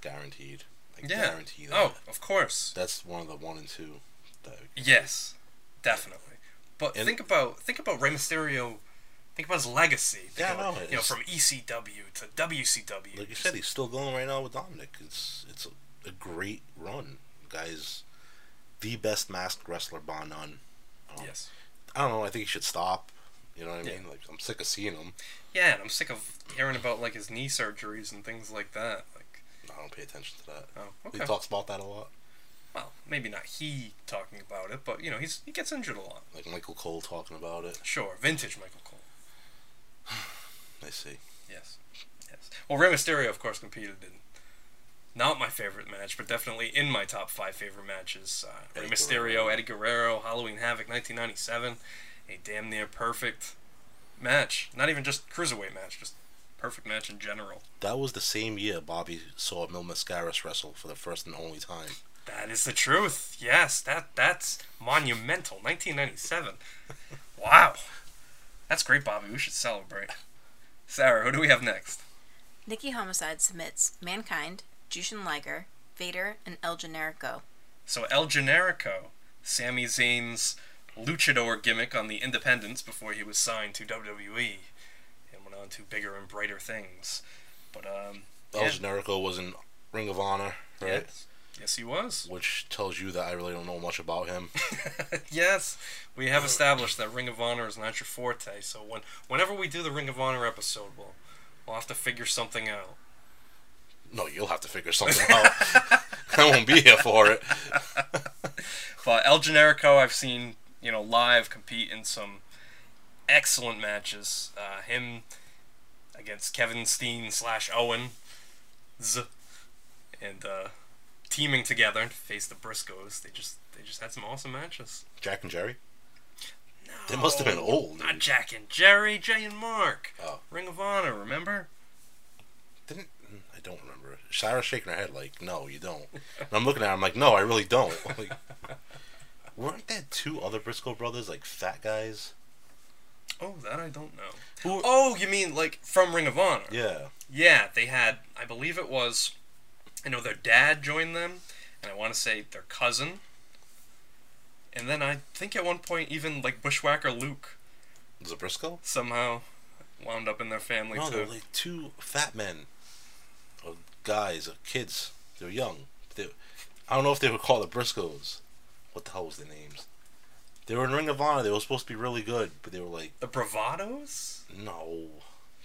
[SPEAKER 4] guaranteed. I can
[SPEAKER 3] Yeah.
[SPEAKER 4] guarantee that.
[SPEAKER 3] Oh, of course.
[SPEAKER 4] That's one of the one and two. That,
[SPEAKER 3] Yes, definitely. But
[SPEAKER 4] And-
[SPEAKER 3] think about think about Rey Mysterio. Think about his legacy. Think
[SPEAKER 4] Yeah, I
[SPEAKER 3] about,
[SPEAKER 4] know,
[SPEAKER 3] You know,
[SPEAKER 4] it's-
[SPEAKER 3] from ECW to WCW.
[SPEAKER 4] like you said, he's still going right now with Dominic. It's it's a, a great run. Guy's the best masked wrestler bar none. Um,
[SPEAKER 3] Yes.
[SPEAKER 4] I don't know. I think he should stop. You know what I
[SPEAKER 3] Yeah.
[SPEAKER 4] mean? Like I'm sick of seeing him.
[SPEAKER 3] Yeah, and I'm sick of hearing about like his knee surgeries and things like that. Like,
[SPEAKER 4] I don't pay attention to that.
[SPEAKER 3] oh,
[SPEAKER 4] He
[SPEAKER 3] okay.
[SPEAKER 4] talks about that a lot.
[SPEAKER 3] well, maybe not he talking about it, but you know, he's he gets injured a lot.
[SPEAKER 4] Like Michael Cole talking about it.
[SPEAKER 3] Sure, vintage Michael Cole.
[SPEAKER 4] I see.
[SPEAKER 3] Yes. Yes. Well, Rey Mysterio, of course, competed in not my favorite match, but definitely in my top five favorite matches. Uh, Rey
[SPEAKER 4] Eddie
[SPEAKER 3] Mysterio, Eddie Guerrero, Halloween Havoc 1997. A damn near perfect match. Not even just cruiserweight match, just perfect match in general.
[SPEAKER 4] That was the same year Bobby saw Mil Mascaris wrestle for the first and only time.
[SPEAKER 3] That is the truth. Yes, that that's monumental. 1997. Wow. That's great, Bobby. We should celebrate. Sarah, who do we have next?
[SPEAKER 5] Nikki Homicide submits Mankind, Jushin Liger, Vader, and El Generico.
[SPEAKER 3] So El Generico, Sami Zayn's luchador gimmick on the independents before he was signed to WWE and went on to bigger and brighter things. But um
[SPEAKER 4] El
[SPEAKER 3] Yeah.
[SPEAKER 4] Generico was in Ring of Honor, right?
[SPEAKER 3] yes. Yes he was.
[SPEAKER 4] Which tells you that I really don't know much about him.
[SPEAKER 3] yes. We have established that Ring of Honor is not your forte, so when whenever we do the Ring of Honor episode we'll we'll have to figure something out.
[SPEAKER 4] no, you'll have to figure something out. I won't be here for it.
[SPEAKER 3] But El Generico, I've seen you know live compete in some excellent matches. Uh, him against Kevin Steen slash Owen, Z, and uh, teaming together to face the Briscoes. They just they just had some awesome matches.
[SPEAKER 4] Jack and Jerry? They must have been
[SPEAKER 3] No,
[SPEAKER 4] old.
[SPEAKER 3] Not Jack and Jerry, Jay and Mark.
[SPEAKER 4] Oh.
[SPEAKER 3] Ring of Honor, remember?
[SPEAKER 4] Didn't I don't remember. Sarah's shaking her head like, no, you don't. And I'm looking at her, I'm like, no, I really don't. Like, weren't there two other Briscoe brothers, like fat guys?
[SPEAKER 3] Oh, that I don't know.
[SPEAKER 4] Who-
[SPEAKER 3] Oh, you mean like from Ring of Honor?
[SPEAKER 4] Yeah.
[SPEAKER 3] Yeah, they had. I believe it was. I know their dad joined them, and I want to say their cousin. And then I think at one point even like Bushwhacker Luke
[SPEAKER 4] Was it Briscoe?
[SPEAKER 3] somehow wound up in their family
[SPEAKER 4] no, they
[SPEAKER 3] too.
[SPEAKER 4] were like two fat men. Or guys, or kids. They were young. They, I don't know if they were called the Briscoes. What the hell was their names? They were in Ring of Honor. They were supposed to be really good, but they were like,
[SPEAKER 3] The Bravados,
[SPEAKER 4] no.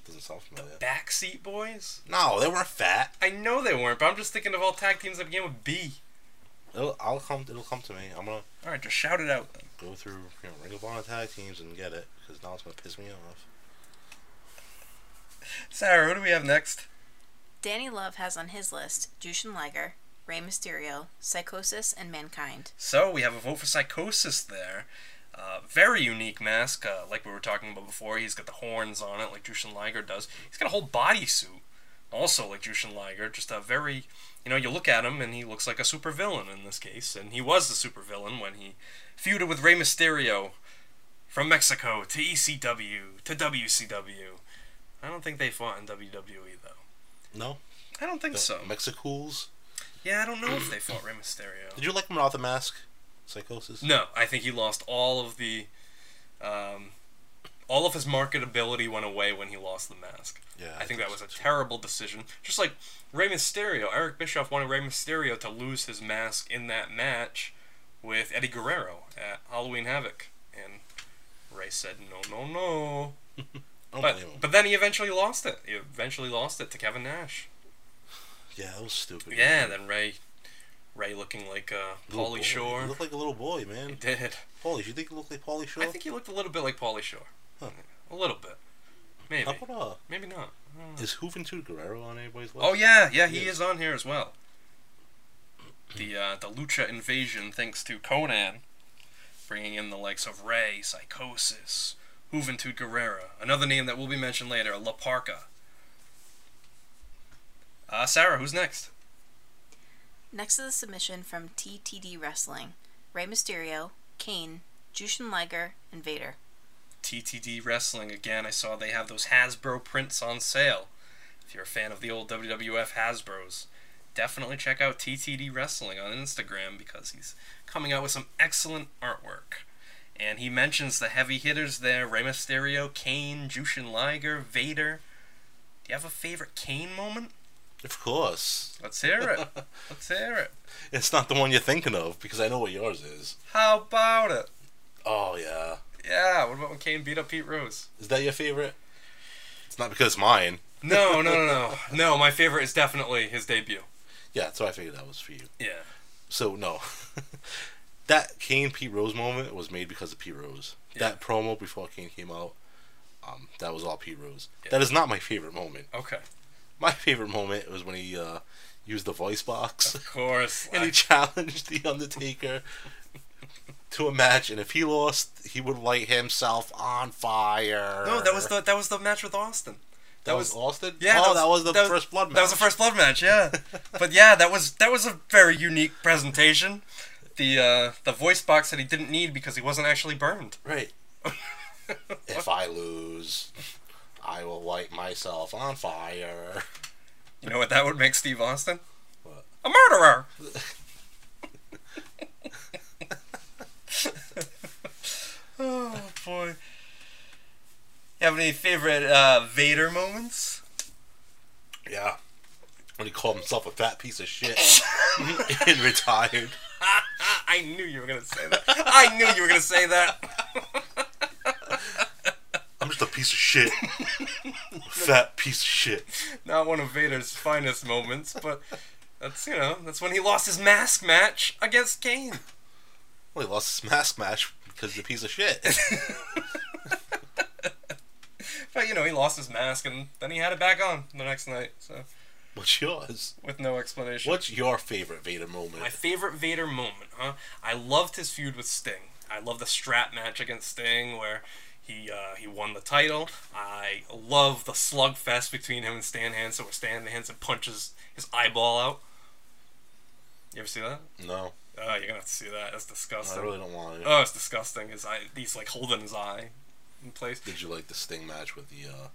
[SPEAKER 4] Doesn't sound familiar.
[SPEAKER 3] Backseat Boys.
[SPEAKER 4] No, they weren't fat.
[SPEAKER 3] I know they weren't, but I'm just thinking of all tag teams that began with B.
[SPEAKER 4] It'll, I'll come. It'll come to me. I'm gonna
[SPEAKER 3] All right, just shout it out. Then.
[SPEAKER 4] go through you know, Ring of Honor tag teams and get it because now it's gonna piss me off.
[SPEAKER 3] Sarah, who do we have next?
[SPEAKER 5] Danny Love has on his list Jushin Liger, Rey Mysterio, Psychosis, and Mankind.
[SPEAKER 3] So we have a vote for Psychosis there. Uh, very unique mask, uh, like we were talking about before. He's got the horns on it, like Jushin Liger does. He's got a whole bodysuit, also like Jushin Liger. Just a very, you know, you look at him and he looks like a supervillain in this case. And he was the supervillain when he feuded with Rey Mysterio from Mexico to ECW to WCW. I don't think they fought in WWE, though.
[SPEAKER 4] No,
[SPEAKER 3] I don't think
[SPEAKER 4] the
[SPEAKER 3] so.
[SPEAKER 4] Mexicools.
[SPEAKER 3] Yeah, I don't know if they fought Rey Mysterio.
[SPEAKER 4] Did you like him without the mask? Psychosis.
[SPEAKER 3] No, I think he lost all of the, um, all of his marketability went away when he lost the mask.
[SPEAKER 4] Yeah,
[SPEAKER 3] I think that was
[SPEAKER 4] so
[SPEAKER 3] a
[SPEAKER 4] too.
[SPEAKER 3] terrible decision. Just like Rey Mysterio, Eric Bischoff wanted Rey Mysterio to lose his mask in that match with Eddie Guerrero at Halloween Havoc, and Rey said no, no, no.
[SPEAKER 4] I don't
[SPEAKER 3] But
[SPEAKER 4] blame him.
[SPEAKER 3] but then he eventually lost it. He eventually lost it to Kevin Nash.
[SPEAKER 4] yeah, that was stupid.
[SPEAKER 3] Yeah, then Rey, Rey looking like uh,
[SPEAKER 4] Little boy.
[SPEAKER 3] Paulie
[SPEAKER 4] You
[SPEAKER 3] Shore.
[SPEAKER 4] look like a little boy,
[SPEAKER 3] He
[SPEAKER 4] man.
[SPEAKER 3] did.
[SPEAKER 4] Paulie, you think you look like Paulie Shore?
[SPEAKER 3] I think he looked a little bit like Paulie Shore.
[SPEAKER 4] Huh.
[SPEAKER 3] A little bit. Maybe.
[SPEAKER 4] How about uh,
[SPEAKER 3] Maybe not.
[SPEAKER 4] is Juventud Guerrero on anybody's list?
[SPEAKER 3] Oh yeah, yeah, he
[SPEAKER 4] Yeah.
[SPEAKER 3] is on here as well. The uh, the Lucha invasion, thanks to Conan, bringing in the likes of Ray, Psychosis, Juventud Guerrera, another name that will be mentioned later, La Parca. Uh, Sarah, who's next?
[SPEAKER 5] Next is the submission from TTD Wrestling Rey Mysterio, Kane, Jushin Liger, and Vader.
[SPEAKER 3] TTD Wrestling again. I saw they have those Hasbro prints on sale. If you're a fan of the old WWF Hasbros, definitely check out TTD Wrestling on Instagram because he's coming out with some excellent artwork. And he mentions the heavy hitters there Rey Mysterio, Kane, Jushin Liger, Vader. Do you have a favorite Kane moment?
[SPEAKER 4] Of course.
[SPEAKER 3] Let's hear it. Let's hear it.
[SPEAKER 4] It's not the one you're thinking of because I know what yours is.
[SPEAKER 3] How about it?
[SPEAKER 4] Oh, yeah.
[SPEAKER 3] Yeah, what about when Kane beat up Pete Rose?
[SPEAKER 4] Is that your favorite? It's not because it's mine.
[SPEAKER 3] No, no, no, no. No, my favorite is definitely his debut.
[SPEAKER 4] Yeah, so I figured that was for you.
[SPEAKER 3] Yeah.
[SPEAKER 4] So, no. that Kane Pete Rose moment was made because of Pete Rose. That promo before Kane came out, um, that was all Pete Rose. That is not my favorite moment.
[SPEAKER 3] Okay.
[SPEAKER 4] My favorite moment was when he uh, used the voice box.
[SPEAKER 3] Of course.
[SPEAKER 4] and he challenged the Undertaker to a match, and if he lost, he would light himself on fire.
[SPEAKER 3] no, that was the that was the match with Austin.
[SPEAKER 4] that, was, Austin.
[SPEAKER 3] Yeah,
[SPEAKER 4] oh, that was, the first blood match.
[SPEAKER 3] That was the first blood match, yeah. but yeah, that was that was a very unique presentation. The uh, the voice box that he didn't need because he wasn't actually burned.
[SPEAKER 4] right. if I lose, I will light myself on fire.
[SPEAKER 3] You know what that would make Steve Austin?
[SPEAKER 4] What?
[SPEAKER 3] A murderer. oh boy. You have any favorite uh, Vader moments?
[SPEAKER 4] Yeah. When he called himself a fat piece of shit and retired.
[SPEAKER 3] I knew you were gonna say that. I knew you were gonna say that.
[SPEAKER 4] I'm just a piece of shit. fat piece of shit.
[SPEAKER 3] Not one of Vader's finest moments, but that's you know that's when he lost his mask match against Kane.
[SPEAKER 4] Well, he lost his mask match because he's a piece of shit.
[SPEAKER 3] But you know he lost his mask and then he had it back on the next night. So
[SPEAKER 4] What's yours?
[SPEAKER 3] with no explanation.
[SPEAKER 4] What's your favorite Vader moment?
[SPEAKER 3] My favorite Vader moment, huh? I loved his feud with Sting. I love the strap match against Sting where he uh, he won the title. I love the slugfest between him and Stan Hansen where Stan Hansen punches his eyeball out. You ever see that?
[SPEAKER 4] no,
[SPEAKER 3] Oh, you're gonna have to see that. That's
[SPEAKER 4] I
[SPEAKER 3] disgusting.
[SPEAKER 4] really don't want it.
[SPEAKER 3] Oh, it's disgusting. His eye, he's like holding his eye in place.
[SPEAKER 4] Did you like the Sting match with the? uh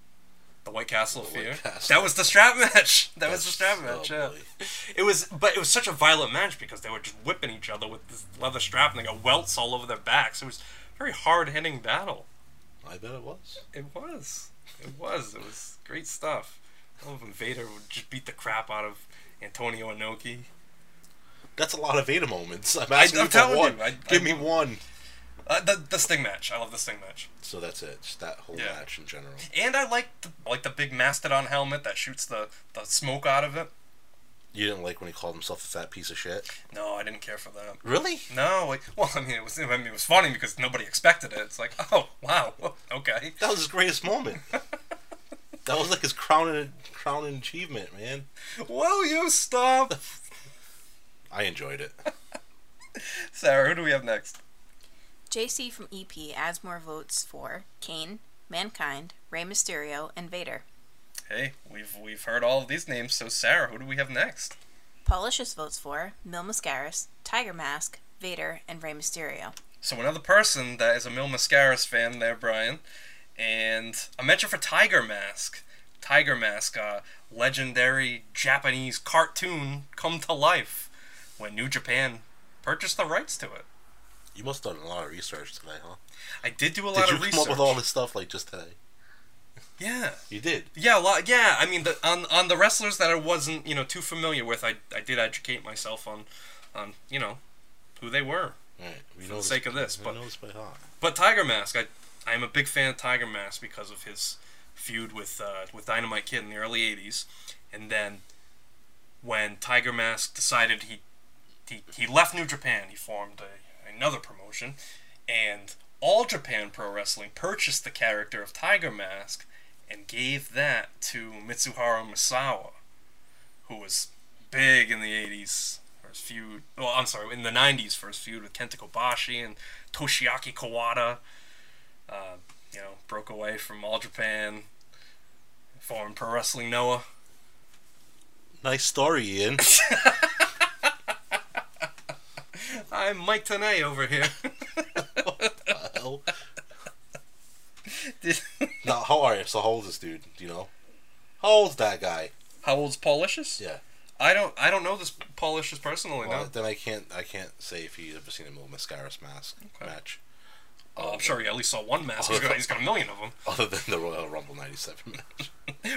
[SPEAKER 3] The White Castle of
[SPEAKER 4] The White
[SPEAKER 3] Fear.
[SPEAKER 4] Castle.
[SPEAKER 3] That was the strap match. That was the strap
[SPEAKER 4] Oh,
[SPEAKER 3] match. Yeah.
[SPEAKER 4] boy.
[SPEAKER 3] It was, but it was such a violent match because they were just whipping each other with this leather strap, and they got welts all over their backs. It was a very hard hitting battle.
[SPEAKER 4] I bet it was.
[SPEAKER 3] It was. It was. It was great stuff. I love when Vader would just beat the crap out of Antonio Inoki.
[SPEAKER 4] That's a lot of Vader moments. I'm asking
[SPEAKER 3] I'm
[SPEAKER 4] you for
[SPEAKER 3] telling
[SPEAKER 4] one.
[SPEAKER 3] you, I-
[SPEAKER 4] Give
[SPEAKER 3] I-
[SPEAKER 4] me one.
[SPEAKER 3] Uh, the the Sting match. I love the Sting match.
[SPEAKER 4] So that's it. Just that whole
[SPEAKER 3] Yeah.
[SPEAKER 4] match in general.
[SPEAKER 3] And I like the, like the big mastodon helmet that shoots the, the smoke out of it.
[SPEAKER 4] You didn't like when he called himself a fat piece of shit.
[SPEAKER 3] No, I didn't care for that.
[SPEAKER 4] Really?
[SPEAKER 3] No, like, well, I mean, it was, I mean, it was funny because nobody expected it. It's like, oh, wow, okay.
[SPEAKER 4] That was his greatest moment. that was like his crowning crowning achievement, man.
[SPEAKER 3] Will you stop?
[SPEAKER 4] I enjoyed it.
[SPEAKER 3] Sarah, who do we have next?
[SPEAKER 5] JC from EP adds more votes for Kane, Mankind, Rey Mysterio, and Vader.
[SPEAKER 3] Hey, we've we've heard all of these names, so Sarah, who do we have next?
[SPEAKER 5] Paulicius votes for Mil Mascaris, Tiger Mask, Vader, and Rey Mysterio.
[SPEAKER 3] So another person that is a Mil Mascaris fan there, Brian, and a mention for Tiger Mask. Tiger Mask, a legendary Japanese cartoon come to life when New Japan purchased the rights to it.
[SPEAKER 4] You must have done a lot of research today, huh?
[SPEAKER 3] I did do a lot
[SPEAKER 4] Did you
[SPEAKER 3] of
[SPEAKER 4] come
[SPEAKER 3] research.
[SPEAKER 4] up with all this stuff like just today?
[SPEAKER 3] yeah.
[SPEAKER 4] You did.
[SPEAKER 3] Yeah, a lot. Yeah, I mean, the, on on the wrestlers that I wasn't, you know, too familiar with, I, I did educate myself on, on you know, who they were.
[SPEAKER 4] All right. We
[SPEAKER 3] For
[SPEAKER 4] know
[SPEAKER 3] the
[SPEAKER 4] this-
[SPEAKER 3] sake of this,
[SPEAKER 4] we
[SPEAKER 3] but-
[SPEAKER 4] know this by heart.
[SPEAKER 3] But Tiger Mask, I I am a big fan of Tiger Mask because of his feud with uh, with Dynamite Kid in the early '80s, and then when Tiger Mask decided he he, he left New Japan, he formed a, another promotion, and All Japan Pro Wrestling purchased the character of Tiger Mask and gave that to Mitsuharu Misawa, who was big in the '80s. for his Feud, well, I'm sorry, in the 90s, for his feud with Kenta Kobashi and Toshiaki Kawada, uh, you know, broke away from All Japan, formed Pro Wrestling Noah.
[SPEAKER 4] Nice story, Ian.
[SPEAKER 3] I'm Mike Tanay over here.
[SPEAKER 4] Well. now, how are you? So, how old is this dude? Do you know? How old's that guy?
[SPEAKER 3] How old's Paulicious?
[SPEAKER 4] Yeah.
[SPEAKER 3] I don't I don't know this Paul Ish's personally. no,
[SPEAKER 4] Well, then I can't I can't say if he's ever seen a Mil Mascaris mask
[SPEAKER 3] Okay.
[SPEAKER 4] match
[SPEAKER 3] oh, I'm sure he at least saw one mask. He's got, he's got a million of them.
[SPEAKER 4] other than the Royal Rumble '97 match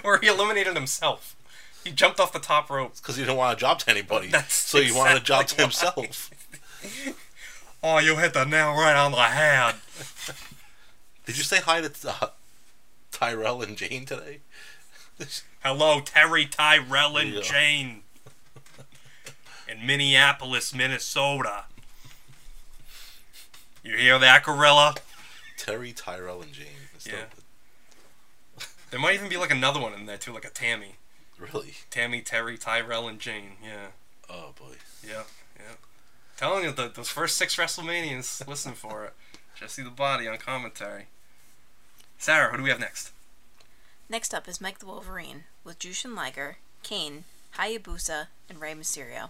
[SPEAKER 3] Or he eliminated himself. He jumped off the top rope.
[SPEAKER 4] because he didn't want a job to anybody,
[SPEAKER 3] That's
[SPEAKER 4] so he wanted a job to
[SPEAKER 3] exactly why.
[SPEAKER 4] himself.
[SPEAKER 3] Oh, you hit the nail right on the head.
[SPEAKER 4] Did you say hi to uh, Tyrell and Jane today?
[SPEAKER 3] Hello, Terry Tyrell and
[SPEAKER 4] Yeah.
[SPEAKER 3] Jane in Minneapolis, Minnesota. You hear that, Gorilla?
[SPEAKER 4] Terry, Tyrell, and Jane. It's
[SPEAKER 3] Yeah.
[SPEAKER 4] dope.
[SPEAKER 3] There might even be like another one in there too, like a Tammy,
[SPEAKER 4] Really?
[SPEAKER 3] Tammy, Terry, Tyrell, and Jane. Yeah,
[SPEAKER 4] Oh boy.
[SPEAKER 3] yeah, yeah. Telling you, the, those first six WrestleManias, listen for it. Jesse the Body on commentary. Sarah, who do we have next?
[SPEAKER 5] Next up is Mike the Wolverine with Jushin Liger, Kane, Hayabusa, and Rey Mysterio.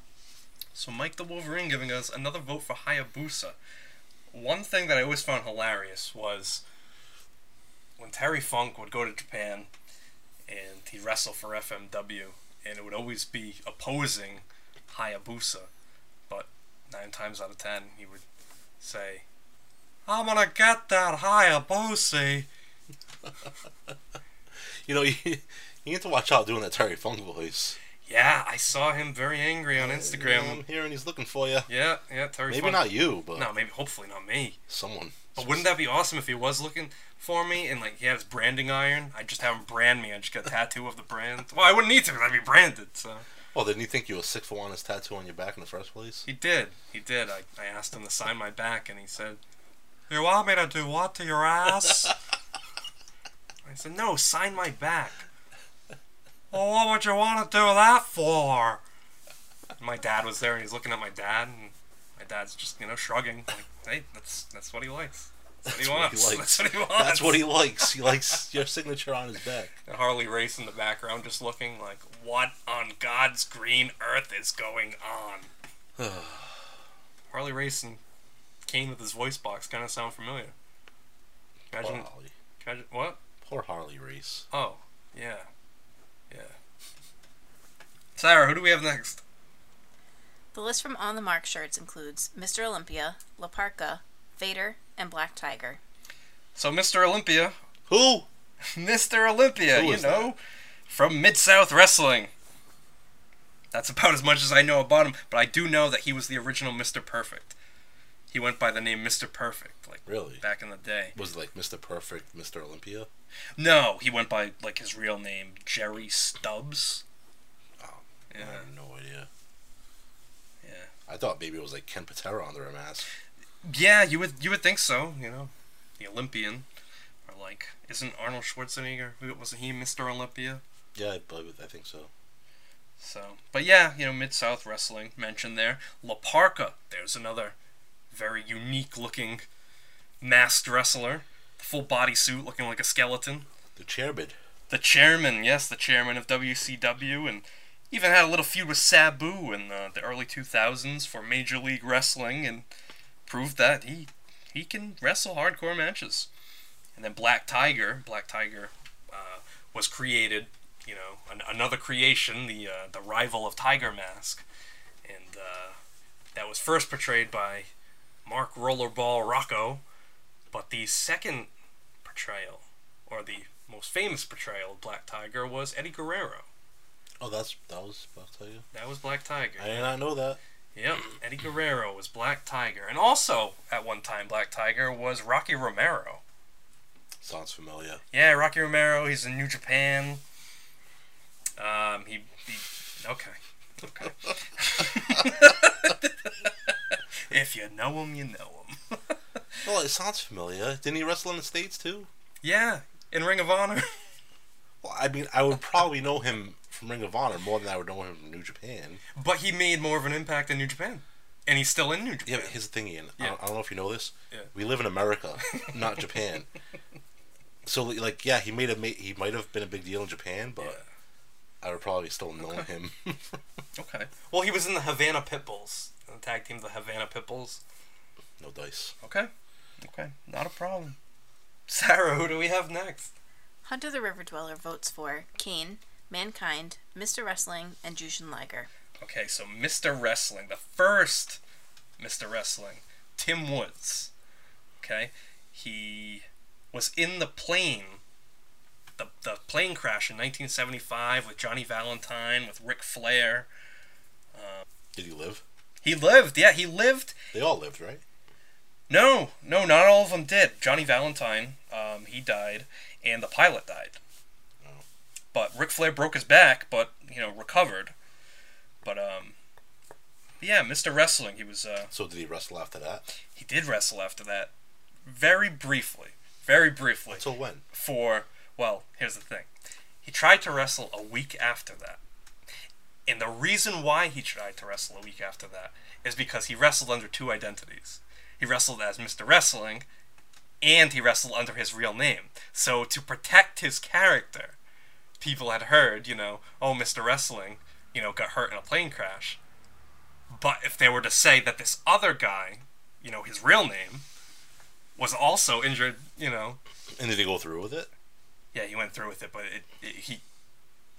[SPEAKER 3] So Mike the Wolverine giving us another vote for Hayabusa. One thing that I always found hilarious was when Terry Funk would go to Japan and he'd wrestle for FMW, and it would always be opposing Hayabusa. But nine times out of ten, he would say, I'm gonna get that Hayabusa.
[SPEAKER 4] You know, you, you need to watch out doing that Terry Funk voice.
[SPEAKER 3] Yeah, I saw him very angry on
[SPEAKER 4] I'm
[SPEAKER 3] Instagram.
[SPEAKER 4] here and he's looking for you.
[SPEAKER 3] Yeah, yeah, Terry
[SPEAKER 4] Maybe
[SPEAKER 3] Funk.
[SPEAKER 4] not you, but
[SPEAKER 3] No, maybe, hopefully not me.
[SPEAKER 4] someone.
[SPEAKER 3] But wouldn't that be awesome if he was looking for me and like he had his branding iron? I'd just have him brand me. I'd just get a tattoo of the brand. Well, I wouldn't need to because I'd be branded. So
[SPEAKER 4] Well, didn't Oh, you think you were sick for wanting his tattoo on your back in the first place?
[SPEAKER 3] he did. He did. I, I asked him to sign my back and he said, You want me to do what to your ass? I said, No, sign my back. Well, what would you want to do that for? And my dad was there and he's looking at my dad and my dad's just, you know, shrugging. Like, hey, that's that's what he likes. That's what he
[SPEAKER 4] what he
[SPEAKER 3] wants.
[SPEAKER 4] likes.
[SPEAKER 3] That's what he wants.
[SPEAKER 4] That's what he likes. He likes your signature on his back.
[SPEAKER 3] And Harley Race in the background just looking like, what on God's green earth is going on? Harley Race and Kane with his voice box kind of sound familiar.
[SPEAKER 4] Poor
[SPEAKER 3] Imagine,
[SPEAKER 4] Harley.
[SPEAKER 3] imagine- what?
[SPEAKER 4] Poor Harley Race.
[SPEAKER 3] Oh, yeah. Yeah. Sarah, who do we have next?
[SPEAKER 5] The list from On the Mark shirts includes Mr. Olympia, La Parca, Vader, and Black Tiger.
[SPEAKER 3] So, Mr. Olympia.
[SPEAKER 4] Who?
[SPEAKER 3] Mr. Olympia,
[SPEAKER 4] Who
[SPEAKER 3] you
[SPEAKER 4] is
[SPEAKER 3] know, from Mid South Wrestling. That's about as much as I know about him, but I do know that he was the original Mr. Perfect. He went by the name Mr. Perfect, like
[SPEAKER 4] Really?
[SPEAKER 3] back in the day.
[SPEAKER 4] Was it like Mr. Perfect, Mr. Olympia?
[SPEAKER 3] No, he went by like his real name, Jerry Stubbs.
[SPEAKER 4] Oh,
[SPEAKER 3] yeah,
[SPEAKER 4] I have no idea.
[SPEAKER 3] yeah,
[SPEAKER 4] I thought maybe it was like Ken Patera under a mask.
[SPEAKER 3] yeah. You would you would think so, you know, the Olympian, or like, isn't Arnold Schwarzenegger? Wasn't he Mr. Olympia?
[SPEAKER 4] Yeah, I, believe it. I think so.
[SPEAKER 3] So, but yeah, you know, Mid South Wrestling mentioned there. La Parca, there's another very unique looking masked wrestler. The full body suit looking like a skeleton.
[SPEAKER 4] The chairman.
[SPEAKER 3] The chairman, yes, the chairman of WCW, and even had a little feud with Sabu in the, the early 2000s for Major League Wrestling and proved that he, he can wrestle hardcore matches. And then Black Tiger, Black Tiger uh, was created, you know, an, another creation, the uh, the rival of Tiger Mask, and uh, that was first portrayed by Mark Rollerball Rocco, but the second portrayal, or the most famous portrayal of Black Tiger, was Eddie Guerrero.
[SPEAKER 4] Oh, that's that was I'll tell you.
[SPEAKER 3] That was Black Tiger.
[SPEAKER 4] I did not know that.
[SPEAKER 3] Yep, Eddie Guerrero was Black Tiger, and also at one time Black Tiger was Rocky Romero.
[SPEAKER 4] Sounds familiar.
[SPEAKER 3] Yeah, Rocky Romero. He's in New Japan. Um, he, he okay, okay. if you know him, you know him.
[SPEAKER 4] Well, it sounds familiar. Didn't he wrestle in the states too?
[SPEAKER 3] Yeah, in Ring of Honor.
[SPEAKER 4] Well, I mean, I would probably know him from Ring of Honor more than I would know him from New Japan.
[SPEAKER 3] But he made more of an impact in New Japan, and he's still in New
[SPEAKER 4] Yeah,
[SPEAKER 3] Japan.
[SPEAKER 4] but here's the thing, Ian. I,
[SPEAKER 3] Yeah.
[SPEAKER 4] don't, I don't know if you know this.
[SPEAKER 3] Yeah.
[SPEAKER 4] We live in America, not Japan. So, like, yeah, he made a ma- he might have been a big deal in Japan, but I would probably still know him.
[SPEAKER 3] Okay. Well, he was in the Havana Pitbulls, the tag team, the Havana Pitbulls.
[SPEAKER 4] no dice.
[SPEAKER 3] Okay. Okay. Not a problem. Sarah, who do we have next?
[SPEAKER 5] Hunter the River Dweller votes for Kane, Mankind, Mr. Wrestling, and Jushin Liger.
[SPEAKER 3] Okay, so Mr. Wrestling, the first Mr. Wrestling, Tim Woods. Okay, he was in the plane, the, the plane crash in 1975 with Johnny Valentine, with Ric Flair.
[SPEAKER 4] Did he live?
[SPEAKER 3] He lived, yeah, he lived.
[SPEAKER 4] They all lived, right?
[SPEAKER 3] No, no, not all of them did. Johnny Valentine, um, he died, and the pilot died.
[SPEAKER 4] Oh.
[SPEAKER 3] But Ric Flair broke his back, but you know recovered. But um, yeah, Mr. Wrestling, he was uh,
[SPEAKER 4] So did he wrestle after that?
[SPEAKER 3] he did wrestle after that, very briefly, very briefly.
[SPEAKER 4] Until when?
[SPEAKER 3] For well, here's the thing, he tried to wrestle a week after that, and the reason why he tried to wrestle a week after that is because he wrestled under two identities. He wrestled as Mr. Wrestling, and he wrestled under his real name. So to protect his character, people had heard, you know, oh, Mr. Wrestling, you know, got hurt in a plane crash. But if they were to say that this other guy, you know, his real name, was also injured, you know,
[SPEAKER 4] And did he go through with it?
[SPEAKER 3] yeah, he went through with it, but it, it, he,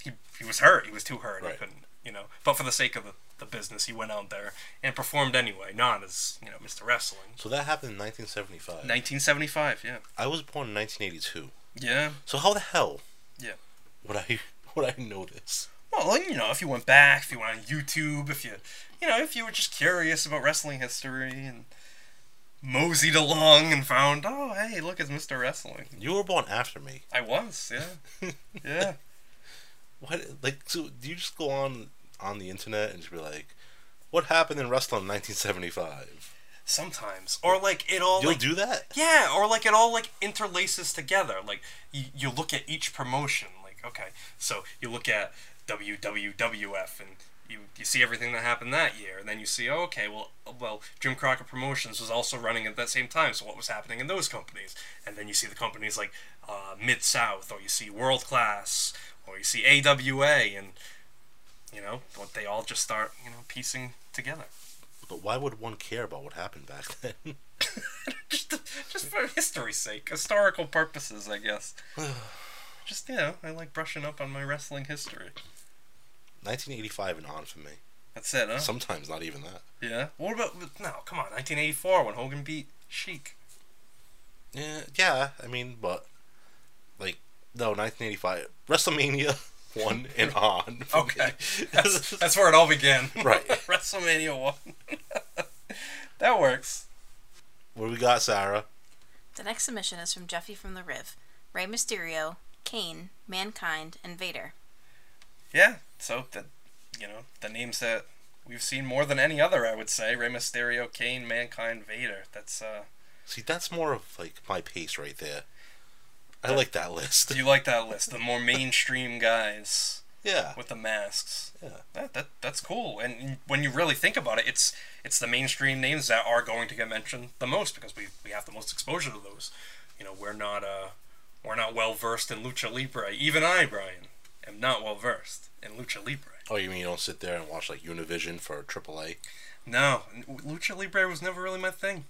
[SPEAKER 3] he he was hurt. He was too hurt. He
[SPEAKER 4] Right.
[SPEAKER 3] couldn't, you know. But for the sake of the, the business, he went out there and performed anyway, not as you know, Mr. Wrestling.
[SPEAKER 4] So that happened in 1975.
[SPEAKER 3] 1975, yeah,
[SPEAKER 4] I was born in 1982.
[SPEAKER 3] yeah.
[SPEAKER 4] So how the hell?
[SPEAKER 3] Yeah.
[SPEAKER 4] Would I would I know this?
[SPEAKER 3] Well, you know, if you went back, if you went on YouTube, if you, you know, if you were just curious about wrestling history and moseyed along and found, oh, hey, look, it's Mr. Wrestling.
[SPEAKER 4] You were born after me.
[SPEAKER 3] I was, yeah, yeah.
[SPEAKER 4] What like so? Do you just go on on the internet and just be like, what happened in wrestling in 1975?
[SPEAKER 3] Sometimes, or like it all
[SPEAKER 4] You'll
[SPEAKER 3] like
[SPEAKER 4] do that?
[SPEAKER 3] Yeah, or like it all like interlaces together. Like you, you look at each promotion. Like okay, so you look at WWWF and you you see everything that happened that year, and then you see oh, okay, well well Jim Crockett Promotions was also running at that same time. So what was happening in those companies? And then you see the companies like uh, Mid South, or you see World Class, or you see AWA, and you know what they all just start you know piecing together.
[SPEAKER 4] But why would one care about what happened back then?
[SPEAKER 3] just, just for history's sake, historical purposes, I guess. just you know, I like brushing up on my wrestling history.
[SPEAKER 4] 1985 and on for me.
[SPEAKER 3] That's it, huh?
[SPEAKER 4] Sometimes not even that.
[SPEAKER 3] yeah. What about no? Come on, 1984 when Hogan beat Sheik.
[SPEAKER 4] Yeah, yeah. I mean, but like no, 1985 WrestleMania one and on. for
[SPEAKER 3] Okay,
[SPEAKER 4] me.
[SPEAKER 3] that's, that's where it all began.
[SPEAKER 4] Right.
[SPEAKER 3] WrestleMania one. that works.
[SPEAKER 4] what do we got, Sarah?
[SPEAKER 5] The next submission is from Jeffy from the Riv, Rey Mysterio, Kane, Mankind, and Vader.
[SPEAKER 3] Yeah. So that you know the names that we've seen more than any other, I would say: Rey Mysterio, Kane, Mankind, Vader. That's uh.
[SPEAKER 4] See, that's more of like my pace right there. I like that list.
[SPEAKER 3] Do you like that list? The more mainstream guys.
[SPEAKER 4] Yeah.
[SPEAKER 3] with the masks.
[SPEAKER 4] Yeah.
[SPEAKER 3] That, that that's cool. And when you really think about it, it's it's the mainstream names that are going to get mentioned the most because we, we have the most exposure to those. You know, we're not uh we're not well versed in lucha libre. Even I, Brian, am not well versed in lucha libre.
[SPEAKER 4] Oh, you mean you don't sit there and watch like Univision for AAA?
[SPEAKER 3] No, n- lucha libre was never really my thing.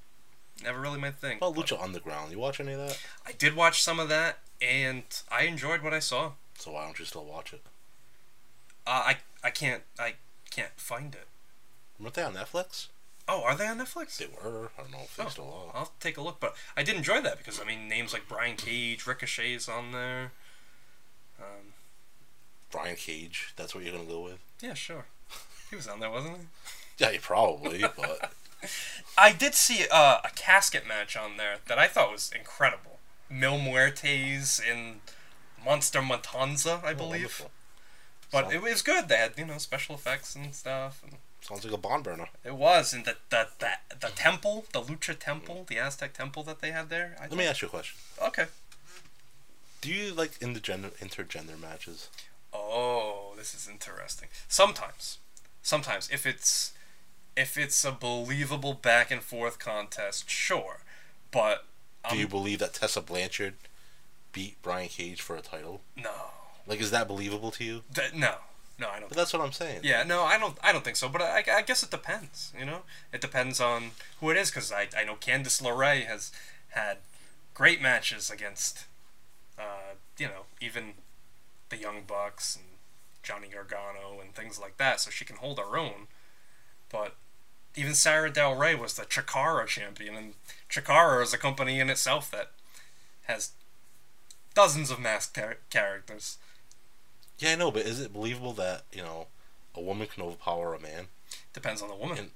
[SPEAKER 3] Never really my thing.
[SPEAKER 4] Well, Lucha Underground. You watch any of that?
[SPEAKER 3] I did watch some of that, and I enjoyed what I saw.
[SPEAKER 4] So why don't you still watch it?
[SPEAKER 3] Uh, I I can't I can't find it.
[SPEAKER 4] Weren't they on Netflix?
[SPEAKER 3] Oh, are they on Netflix?
[SPEAKER 4] They were. I don't know if they
[SPEAKER 3] Oh.
[SPEAKER 4] still are.
[SPEAKER 3] I'll take a look, but I did enjoy that because I mean names like Brian Cage, Ricochet's on there. Um,
[SPEAKER 4] Brian Cage. That's what you're gonna go with?
[SPEAKER 3] yeah, sure. He was on there, wasn't he?
[SPEAKER 4] Yeah, you probably. but
[SPEAKER 3] I did see uh, a casket match on there that I thought was incredible. Mil Muertes and Monster Matanza, I believe.
[SPEAKER 4] wonderful.
[SPEAKER 3] but it was good. They had you know special effects and stuff. And
[SPEAKER 4] sounds like a bond burner.
[SPEAKER 3] it was, and the the, the the temple, the Lucha temple, the Aztec temple that they had there. I
[SPEAKER 4] Let me ask you a question.
[SPEAKER 3] okay.
[SPEAKER 4] Do you like intergender intergender matches?
[SPEAKER 3] Oh, this is interesting. Sometimes, sometimes if it's if it's a believable back and forth contest, sure. But
[SPEAKER 4] Do
[SPEAKER 3] Um,
[SPEAKER 4] you believe that Tessa Blanchard beat Brian Cage for a title?
[SPEAKER 3] no,
[SPEAKER 4] Like, is that believable to you?
[SPEAKER 3] Th- no, no, I don't.
[SPEAKER 4] But that's what I'm saying.
[SPEAKER 3] Yeah, no, I don't. I don't think so. But I, I guess it depends. You know, it depends on who it is. Because I, I know Candice LeRae has had great matches against, uh, you know, even the Young Bucks and Johnny Gargano and things like that, so she can hold her own. But even Sarah Del Rey was the Chikara champion, and Chikara is a company in itself that has dozens of masked char- characters.
[SPEAKER 4] Yeah, I know, but is it believable that, you know, a woman can overpower a man
[SPEAKER 3] Depends on the woman.
[SPEAKER 4] And-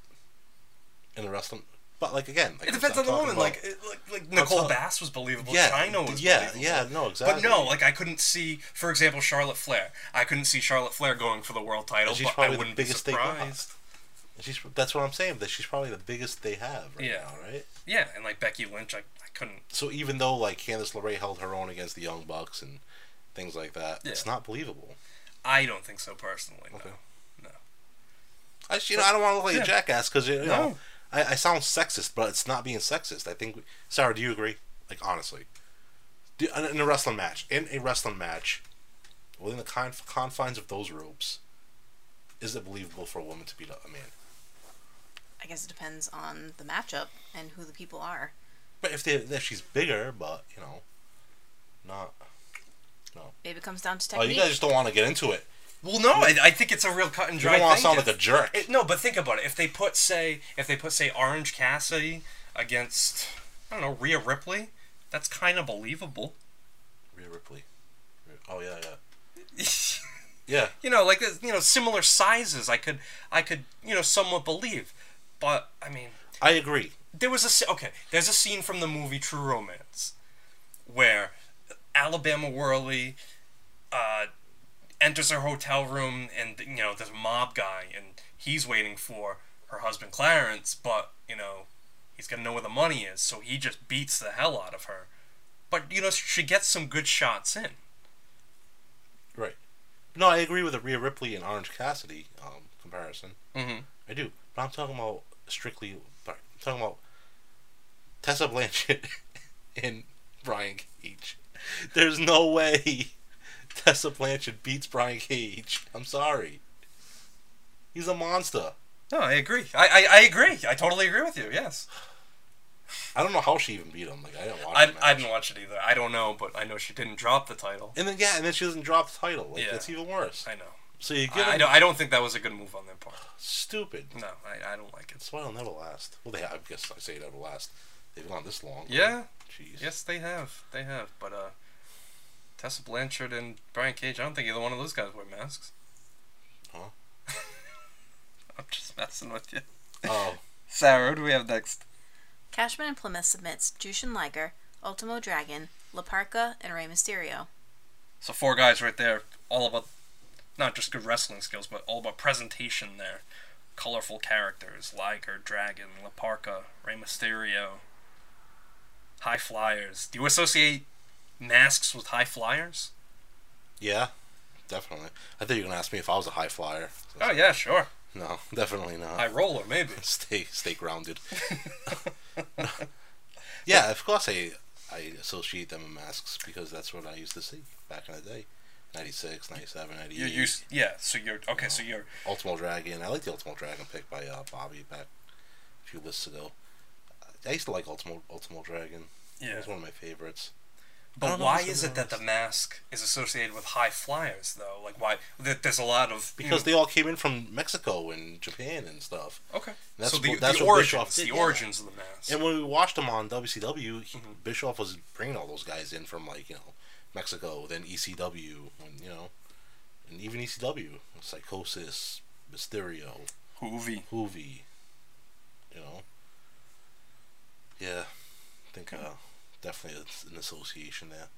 [SPEAKER 4] in a wrestling? But, like, again, like,
[SPEAKER 3] it depends on the
[SPEAKER 4] I'm
[SPEAKER 3] woman.
[SPEAKER 4] talking
[SPEAKER 3] Like,
[SPEAKER 4] about-
[SPEAKER 3] it- like, like Nicole
[SPEAKER 4] talking-
[SPEAKER 3] Bass was believable.
[SPEAKER 4] yeah,
[SPEAKER 3] China was
[SPEAKER 4] yeah,
[SPEAKER 3] believable.
[SPEAKER 4] yeah, no,
[SPEAKER 3] But
[SPEAKER 4] exactly.
[SPEAKER 3] no, like I couldn't see, for example, Charlotte Flair. I couldn't see Charlotte Flair going for the world title,
[SPEAKER 4] she's
[SPEAKER 3] but
[SPEAKER 4] probably
[SPEAKER 3] I
[SPEAKER 4] the
[SPEAKER 3] wouldn't
[SPEAKER 4] biggest
[SPEAKER 3] be
[SPEAKER 4] thing left.
[SPEAKER 3] surprised.
[SPEAKER 4] she's, that's what I'm saying, that she's probably the biggest they have right
[SPEAKER 3] Yeah.
[SPEAKER 4] now, right?
[SPEAKER 3] Yeah, and like Becky Lynch, I, I couldn't.
[SPEAKER 4] So even though, like, Candice LeRae held her own against the Young Bucks and things like that,
[SPEAKER 3] Yeah.
[SPEAKER 4] it's not believable.
[SPEAKER 3] I don't think so personally. No.
[SPEAKER 4] Okay.
[SPEAKER 3] No.
[SPEAKER 4] I just, you know, I don't want to look like
[SPEAKER 3] Yeah.
[SPEAKER 4] a jackass because you know
[SPEAKER 3] No.
[SPEAKER 4] I, I sound sexist, but it's not being sexist. I think. We, Sarah, do you agree? Like honestly, do, in in a wrestling match, in a wrestling match, within the conf- confines of those ropes, is it believable for a woman to beat up a man?
[SPEAKER 5] I guess it depends on the matchup and who the people are.
[SPEAKER 4] But if they, if she's bigger, but you know, not.
[SPEAKER 5] Maybe it comes down to
[SPEAKER 4] Oh,
[SPEAKER 5] technique.
[SPEAKER 4] you guys just don't want to get into it.
[SPEAKER 3] Well, no, I, I think it's a real cut and
[SPEAKER 4] You
[SPEAKER 3] dry.
[SPEAKER 4] don't want to
[SPEAKER 3] thing.
[SPEAKER 4] sound
[SPEAKER 3] If-
[SPEAKER 4] like a jerk.
[SPEAKER 3] It, no, but think about it. If they put say, if they put say Orange Cassidy against, I don't know, Rhea Ripley, that's kind of believable.
[SPEAKER 4] Rhea Ripley. Oh yeah, yeah, yeah.
[SPEAKER 3] you know, like uh, you know, similar sizes. I could, I could, you know, somewhat believe. But I mean,
[SPEAKER 4] I agree.
[SPEAKER 3] there was a sce- okay. There's a scene from the movie True Romance, where Alabama Whirly uh, enters her hotel room, and you know, there's a mob guy, and he's waiting for her husband Clarence, but you know, he's gonna know where the money is, so he just beats the hell out of her. But you know, she gets some good shots in.
[SPEAKER 4] Right. No, I agree with the Rhea Ripley and Orange Cassidy um, comparison.
[SPEAKER 3] Mm-hmm.
[SPEAKER 4] I do, but I'm talking about strictly. I'm talking about Tessa Blanchett and Brian Cage. There's no way Tessa Blanchett beats Brian Cage. I'm sorry. He's a monster.
[SPEAKER 3] No, I agree. I, I, I agree. I totally agree with you. Yes.
[SPEAKER 4] I don't know how she even beat him. Like I didn't watch.
[SPEAKER 3] I,
[SPEAKER 4] the match.
[SPEAKER 3] I didn't watch it either. I don't know, but I know she didn't drop the title.
[SPEAKER 4] And then yeah, and then she doesn't drop the title. Like
[SPEAKER 3] Yeah.
[SPEAKER 4] that's even worse.
[SPEAKER 3] I know.
[SPEAKER 4] So you give
[SPEAKER 3] I, I
[SPEAKER 4] him
[SPEAKER 3] don't, I don't think that was a good move on their part.
[SPEAKER 4] stupid.
[SPEAKER 3] No, I, I don't like it.
[SPEAKER 4] That's why it'll never last. Well, they have, I guess I say it never last. They've gone this long.
[SPEAKER 3] Yeah.
[SPEAKER 4] Jeez.
[SPEAKER 3] Yes, they have. They have. But uh, Tessa Blanchard and Brian Cage, I don't think either one of those guys wear masks.
[SPEAKER 4] Huh?
[SPEAKER 3] I'm just messing with you.
[SPEAKER 4] Oh,
[SPEAKER 3] Sarah, what do we have next?
[SPEAKER 5] Cashman and Plymouth submits Jushin Liger, Ultimo Dragon, La Parca, and Rey Mysterio.
[SPEAKER 3] So four guys right there, all about not just good wrestling skills, but all about presentation there. Colorful characters, Liger, Dragon, Laparca, Rey Mysterio, high flyers. Do you associate masks with high flyers?
[SPEAKER 4] yeah, definitely. I thought you were gonna ask me if I was a high flyer.
[SPEAKER 3] Oh yeah, sure.
[SPEAKER 4] No, definitely not.
[SPEAKER 3] High roller, maybe.
[SPEAKER 4] stay stay grounded. yeah, of course I I associate them with masks because that's what I used to see back in the day. 96, 97, 98.
[SPEAKER 3] You use yeah. So you're okay. So you're
[SPEAKER 4] Ultimo Dragon. I like the Ultimo Dragon pick by uh, Bobby back a few lists ago. I used to like Ultimo Ultimo Dragon. It
[SPEAKER 3] yeah. Mm.
[SPEAKER 4] was one of my favorites. I
[SPEAKER 3] But
[SPEAKER 4] don't know
[SPEAKER 3] why
[SPEAKER 4] if it's
[SPEAKER 3] is it that the mask is associated with high flyers though? Like why? There, there's a lot of you
[SPEAKER 4] Because
[SPEAKER 3] know-
[SPEAKER 4] they all came in from Mexico and Japan and stuff.
[SPEAKER 3] okay.
[SPEAKER 4] That's
[SPEAKER 3] so the,
[SPEAKER 4] what- that's
[SPEAKER 3] the
[SPEAKER 4] what
[SPEAKER 3] origins,
[SPEAKER 4] Bischoff did,
[SPEAKER 3] the
[SPEAKER 4] yeah.
[SPEAKER 3] origins of the mask.
[SPEAKER 4] And when we watched him on WCW, he, Bischoff was bringing all those guys in from like you know Mexico, then E ECW, and you know, and even ECW, Psychosis, Mysterio,
[SPEAKER 3] Hoovy.
[SPEAKER 4] Hoovy, you know. Yeah, I think uh, definitely it's an association there.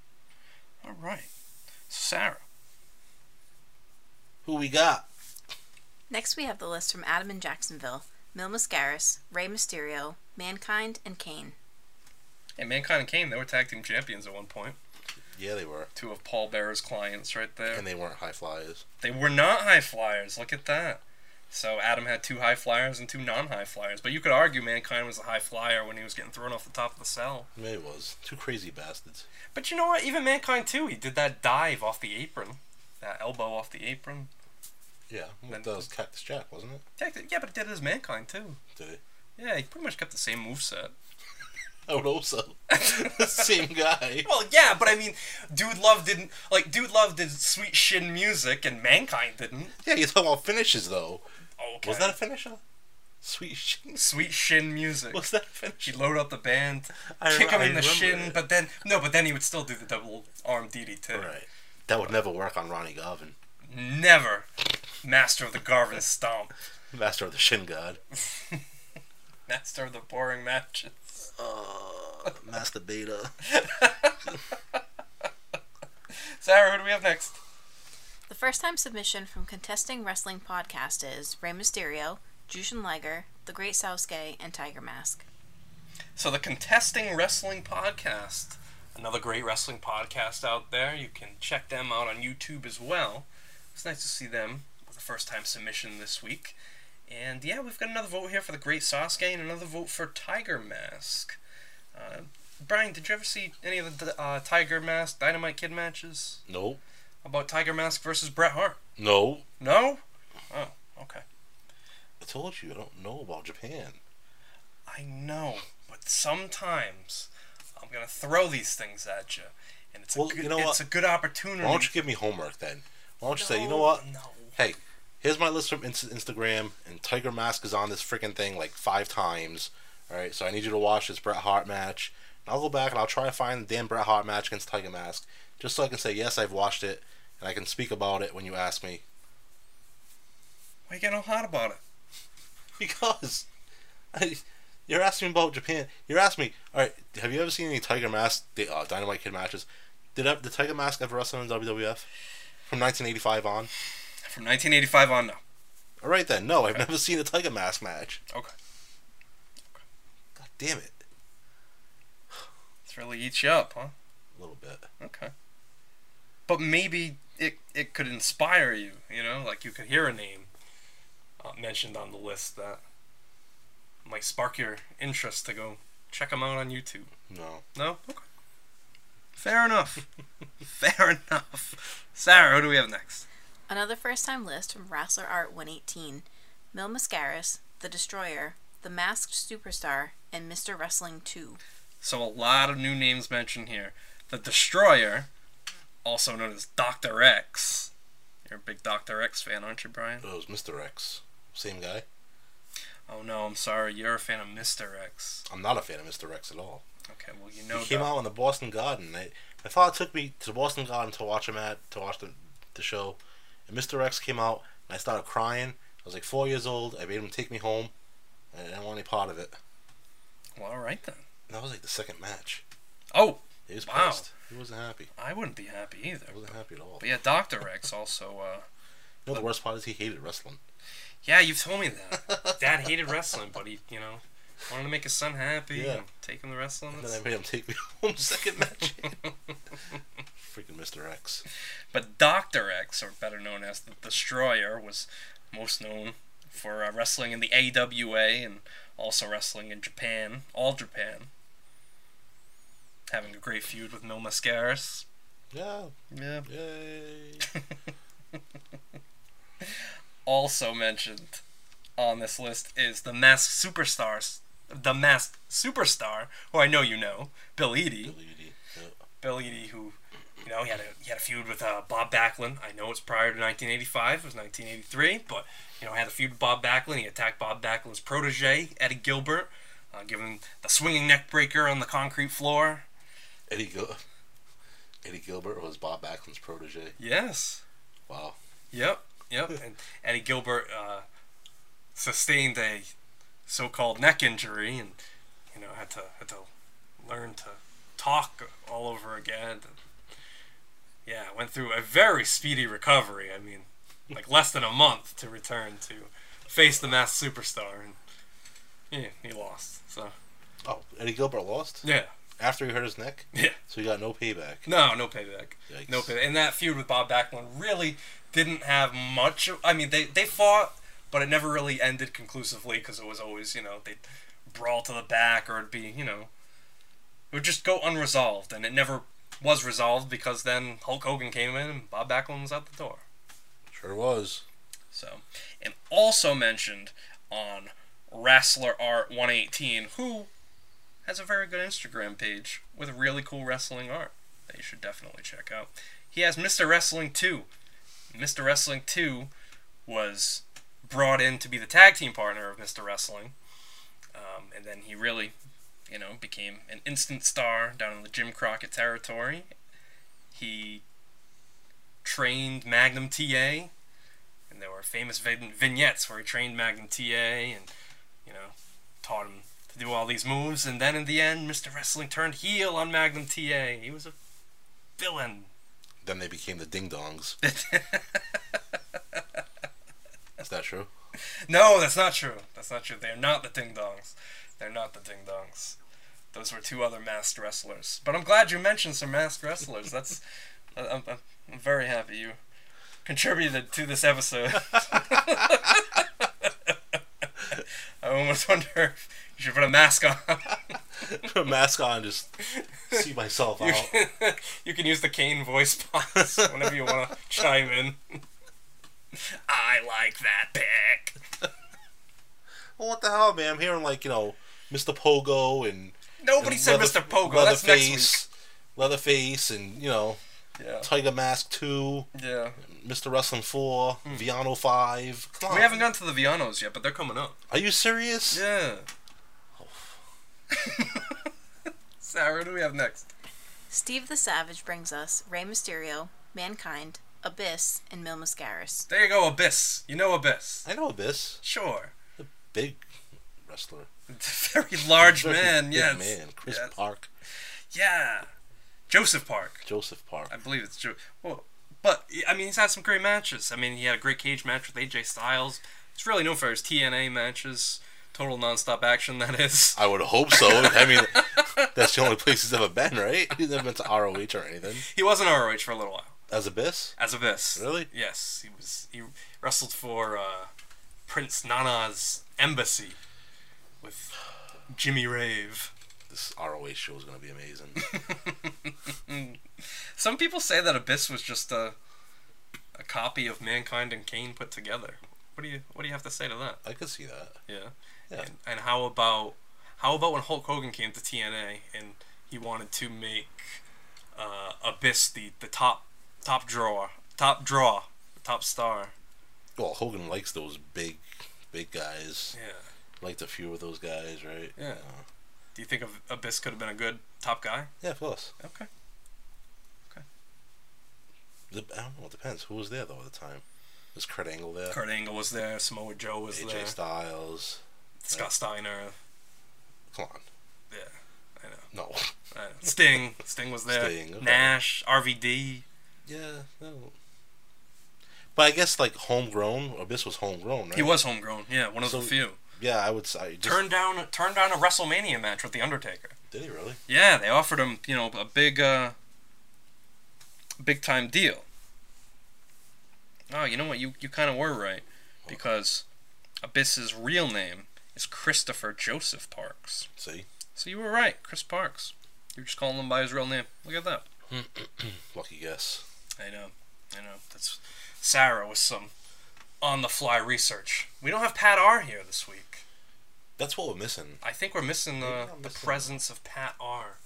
[SPEAKER 3] All right. Sarah.
[SPEAKER 4] Who we got?
[SPEAKER 5] Next, we have the list from Adam in Jacksonville, Mil Mascaris, Rey Mysterio, Mankind, and Kane.
[SPEAKER 3] And Mankind and Kane, they were tag team champions at one point.
[SPEAKER 4] Yeah, they were,
[SPEAKER 3] Two of Paul Bearer's clients right there.
[SPEAKER 4] and they weren't high flyers.
[SPEAKER 3] They were not high flyers. Look at that. So Adam had two high flyers and two non high flyers. But you could argue Mankind was a high flyer when he was getting thrown off the top of the cell.
[SPEAKER 4] Maybe it was two crazy bastards.
[SPEAKER 3] But you know what? Even Mankind, too, he did that dive off the apron. That elbow off the apron.
[SPEAKER 4] Yeah,
[SPEAKER 3] Then-
[SPEAKER 4] that was Cactus Jack, wasn't it?
[SPEAKER 3] Yeah, but he did it as Mankind, too.
[SPEAKER 4] Did it?
[SPEAKER 3] Yeah, he pretty much kept the same moveset.
[SPEAKER 4] I would hope Oh, so. Same guy.
[SPEAKER 3] Well, yeah, but I mean, Dude Love didn't like Dude Love did sweet shin music, and Mankind didn't.
[SPEAKER 4] Yeah, you're talking about finishes though.
[SPEAKER 3] Okay.
[SPEAKER 4] Was that a finisher? Sweet shins.
[SPEAKER 3] sweet shin music?
[SPEAKER 4] Was that a
[SPEAKER 3] She'd
[SPEAKER 4] finisher?
[SPEAKER 3] load up the band,
[SPEAKER 4] I
[SPEAKER 3] kick him
[SPEAKER 4] rem- I
[SPEAKER 3] in the
[SPEAKER 4] remember
[SPEAKER 3] shin,
[SPEAKER 4] it.
[SPEAKER 3] but then no, but then he would still do the double arm DDT.
[SPEAKER 4] Right. That would never work on Ronnie Garvin,
[SPEAKER 3] Never, master of the Garvin stomp,
[SPEAKER 4] master of the shin god.
[SPEAKER 3] master of the boring matches.
[SPEAKER 4] Uh, master Beta.
[SPEAKER 3] Sarah, who do we have next?
[SPEAKER 5] The first time submission from contesting wrestling podcast is Rey Mysterio, Jushin Liger, The Great Sasuke, and Tiger Mask.
[SPEAKER 3] So the contesting wrestling podcast, another great wrestling podcast out there. You can check them out on YouTube as well. It's nice to see them with a first time submission this week. And yeah, we've got another vote here for the Great Sasuke and another vote for Tiger Mask. Uh, Brian, did you ever see any of the uh, Tiger Mask Dynamite Kid matches?
[SPEAKER 4] Nope.
[SPEAKER 3] How About Tiger Mask versus Bret Hart?
[SPEAKER 4] No.
[SPEAKER 3] No? Oh, okay.
[SPEAKER 4] I told you I don't know about Japan.
[SPEAKER 3] I know, but sometimes I'm gonna throw these things at you, and it's
[SPEAKER 4] Well,
[SPEAKER 3] a good,
[SPEAKER 4] you know
[SPEAKER 3] it's
[SPEAKER 4] what?
[SPEAKER 3] a good opportunity.
[SPEAKER 4] Why don't you give me homework then? Why don't you say, you know
[SPEAKER 3] No,
[SPEAKER 4] what?
[SPEAKER 3] No.
[SPEAKER 4] Hey, here's my list from Inst- Instagram, and Tiger Mask is on this freaking thing like five times. All right, so I need you to watch this Bret Hart match. And I'll go back and I'll try to find the damn Bret Hart match against Tiger Mask, just so I can say yes, I've watched it, and I can speak about it when you ask me.
[SPEAKER 3] Why you getting all hot about it?
[SPEAKER 4] Because I, you're asking me about Japan. You're asking me, all right, have you ever seen any Tiger Mask the, uh, Dynamite Kid matches? Did I, did Tiger Mask ever wrestle in WWF from 1985 on?
[SPEAKER 3] From 1985 on, no.
[SPEAKER 4] All right then, no, I've never seen a Tiger Mask match.
[SPEAKER 3] Okay.
[SPEAKER 4] God damn it,
[SPEAKER 3] It's really eats you up, huh?
[SPEAKER 4] a little bit.
[SPEAKER 3] Okay. But maybe it it could inspire you. You know, like you could hear a name uh, mentioned on the list that might spark your interest to go check them out on YouTube.
[SPEAKER 4] No,
[SPEAKER 3] No? Okay. Fair enough. Fair enough. Sarah, who do we have next?
[SPEAKER 5] Another first time list from Wrestler Art 118 Mil Mascaris, The Destroyer, The Masked Superstar, and Mr. Wrestling 2.
[SPEAKER 3] So a lot of new names mentioned here. The Destroyer, also known as Doctor X. You're a big Doctor X fan, aren't you, Brian?
[SPEAKER 4] it was Mr. X. Same guy.
[SPEAKER 3] Oh no, I'm sorry. You're a fan of Mister X.
[SPEAKER 4] I'm not a fan of Mr. X at all.
[SPEAKER 3] Okay, well you know.
[SPEAKER 4] he came
[SPEAKER 3] Doc-
[SPEAKER 4] out on the Boston Garden. I, my father took me to the Boston Garden to watch him at to watch the the show, and Mr. X came out, and I started crying. I was like four years old. I made him take me home, and I didn't want any part of it.
[SPEAKER 3] Well, all right then.
[SPEAKER 4] And that was like the second match.
[SPEAKER 3] Oh,
[SPEAKER 4] He was
[SPEAKER 3] Wow.
[SPEAKER 4] pissed. He wasn't happy.
[SPEAKER 3] I wouldn't be happy either.
[SPEAKER 4] He wasn't happy at all.
[SPEAKER 3] But yeah, Doctor X also. Uh,
[SPEAKER 4] You know the worst part is he hated wrestling.
[SPEAKER 3] yeah, you've told me that. Dad hated wrestling, but he, you know, wanted to make his son happy.
[SPEAKER 4] Yeah.
[SPEAKER 3] and take him to wrestling.
[SPEAKER 4] And
[SPEAKER 3] That's-
[SPEAKER 4] then I made him take me home second match. Freaking Mr. X.
[SPEAKER 3] But Dr. X, or better known as the Destroyer, was most known for uh, wrestling in the AWA and also wrestling in Japan, all Japan. Having a great feud with Mil Mascaris.
[SPEAKER 4] Yeah.
[SPEAKER 3] Yeah.
[SPEAKER 4] Yay.
[SPEAKER 3] Also mentioned on this list is the masked superstars, the masked superstar, who I know you know, Bill Eadie.
[SPEAKER 4] Billy E D. Yeah.
[SPEAKER 3] Bill Eadie, who, you know, he had a he had a feud with uh, Bob Backlund. I know it's prior to 1985. It was 1983, but you know, had a feud with Bob Backlund. He attacked Bob Backlund's protege Eddie Gilbert, uh, giving the swinging neck breaker on the concrete floor.
[SPEAKER 4] Eddie Gil- Eddie Gilbert was Bob Backlund's protege.
[SPEAKER 3] Yes.
[SPEAKER 4] Wow.
[SPEAKER 3] Yep. Yep. And Eddie Gilbert uh, sustained a so-called neck injury, and you know, had to had to learn to talk all over again. yeah, went through a very speedy recovery. I mean, like less than a month to return to face the mass superstar, and yeah, he lost. So
[SPEAKER 4] Oh, Eddie Gilbert lost
[SPEAKER 3] yeah,
[SPEAKER 4] after he hurt his neck,
[SPEAKER 3] yeah.
[SPEAKER 4] so he got no payback.
[SPEAKER 3] No, no payback.
[SPEAKER 4] Yikes.
[SPEAKER 3] No payback. And that feud with Bob Backlund really didn't have much. Of, I mean, they they fought, but it never really ended conclusively because it was always you know they'd brawl to the back or it'd be you know it would just go unresolved, and it never was resolved because then Hulk Hogan came in and Bob Backlund was out the door.
[SPEAKER 4] Sure was.
[SPEAKER 3] So, and also mentioned on Wrestler Art 118, who has a very good Instagram page with really cool wrestling art that you should definitely check out. He has Mr. Wrestling 2. Mr. Wrestling 2 was brought in to be the tag team partner of Mr. Wrestling. Um, and then he really, you know, became an instant star down in the Jim Crockett territory. He trained Magnum TA, and there were famous vin- vignettes where he trained Magnum TA and, you know, taught him to do all these moves. And then in the end, Mr. Wrestling turned heel on Magnum TA. He was a villain.
[SPEAKER 4] Then they became the Ding Dongs. Is that true?
[SPEAKER 3] No, that's not true. That's not true. They're not the Ding Dongs. They're not the Ding Dongs. Those were two other masked wrestlers. But I'm glad you mentioned some masked wrestlers. That's I- I'm, I'm, I'm very happy you contributed to this episode. I almost wonder if you should put a mask on.
[SPEAKER 4] Put a mask on, just see myself
[SPEAKER 3] You
[SPEAKER 4] out.
[SPEAKER 3] can, you can use the cane voice box whenever you want to chime in. I like that pick.
[SPEAKER 4] Well, what the hell, man? I'm hearing like you know, Mr. Pogo and
[SPEAKER 3] Nobody
[SPEAKER 4] and
[SPEAKER 3] said
[SPEAKER 4] Leather-
[SPEAKER 3] Mr. Pogo. That's next week.
[SPEAKER 4] Leatherface, Leatherface, and you know,
[SPEAKER 3] Yeah.
[SPEAKER 4] Tiger Mask Two,
[SPEAKER 3] Yeah.
[SPEAKER 4] Mr. Wrestling Four, Viano Five. Come
[SPEAKER 3] Hmm. We
[SPEAKER 4] on.
[SPEAKER 3] haven't gotten to the Vianos yet, but they're coming up.
[SPEAKER 4] Are you serious?
[SPEAKER 3] Yeah. Sarah, what do we have next?
[SPEAKER 5] Steve the Savage brings us Rey Mysterio, Mankind, Abyss, and Mil Mascaris.
[SPEAKER 3] There you go, Abyss. You know Abyss.
[SPEAKER 4] I know Abyss,
[SPEAKER 3] Sure.
[SPEAKER 4] big wrestler,
[SPEAKER 3] Very large
[SPEAKER 4] Very
[SPEAKER 3] man,
[SPEAKER 4] big
[SPEAKER 3] yes.
[SPEAKER 4] man, Chris
[SPEAKER 3] Yes.
[SPEAKER 4] Park,
[SPEAKER 3] Yeah. Joseph Park.
[SPEAKER 4] Joseph Park.
[SPEAKER 3] I believe it's Joe. Well, but, I mean, he's had some great matches. I mean, he had a great cage match with AJ Styles. He's really known for his TNA matches. Total nonstop action, that is.
[SPEAKER 4] I would hope so. I mean, that's the only place he's ever been, right? He's never been to ROH or anything.
[SPEAKER 3] He was in ROH for a little while.
[SPEAKER 4] As Abyss?
[SPEAKER 3] As of this.
[SPEAKER 4] Really?
[SPEAKER 3] Yes. He was he wrestled for uh, Prince Nana's embassy with Jimmy Rave.
[SPEAKER 4] This ROH show is going to be amazing.
[SPEAKER 3] Some people say that Abyss was just a a copy of Mankind and Kane put together. What do you what do you have to say to that?
[SPEAKER 4] I could see that.
[SPEAKER 3] Yeah.
[SPEAKER 4] Yeah.
[SPEAKER 3] And, and how about how about when Hulk Hogan came to TNA and he wanted to make uh, Abyss the, the top top drawer top draw top star.
[SPEAKER 4] Well, Hogan likes those big, big guys.
[SPEAKER 3] Yeah.
[SPEAKER 4] Liked a few of those guys, right? Uh,
[SPEAKER 3] Yeah. Do you think of Abyss could have been a good top guy?
[SPEAKER 4] Yeah, of course.
[SPEAKER 3] Okay.
[SPEAKER 4] The, I don't know. It depends. Who was there though at the time? Was Kurt Angle there?
[SPEAKER 3] Kurt Angle was there. Samoa Joe was
[SPEAKER 4] AJ
[SPEAKER 3] there.
[SPEAKER 4] Styles.
[SPEAKER 3] Scott Steiner.
[SPEAKER 4] Come on.
[SPEAKER 3] Yeah, I know.
[SPEAKER 4] No.
[SPEAKER 3] I know. Sting. Sting was there.
[SPEAKER 4] Sting, okay.
[SPEAKER 3] Nash. RVD.
[SPEAKER 4] yeah. No. But I guess like homegrown. Abyss was homegrown, right?
[SPEAKER 3] He was homegrown. Yeah, one of the
[SPEAKER 4] So-
[SPEAKER 3] few.
[SPEAKER 4] Yeah, I would say. Just,
[SPEAKER 3] Turned down. Turned down a WrestleMania match with the Undertaker.
[SPEAKER 4] Did he really?
[SPEAKER 3] Yeah, they offered him, you know, a big, uh, big time deal. Oh, you know what? You you kind of were right, because Abyss's real name is Christopher Joseph Parks.
[SPEAKER 4] See,
[SPEAKER 3] So you were right, Chris Parks. You're just calling him by his real name. Look at that.
[SPEAKER 4] lucky guess.
[SPEAKER 3] I know. I know. That's Sarah with some on the fly research. We don't have Pat R here this week.
[SPEAKER 4] That's what we're missing.
[SPEAKER 3] I think we're missing
[SPEAKER 4] Maybe
[SPEAKER 3] the,
[SPEAKER 4] I'm
[SPEAKER 3] the
[SPEAKER 4] missing-
[SPEAKER 3] presence of Pat R.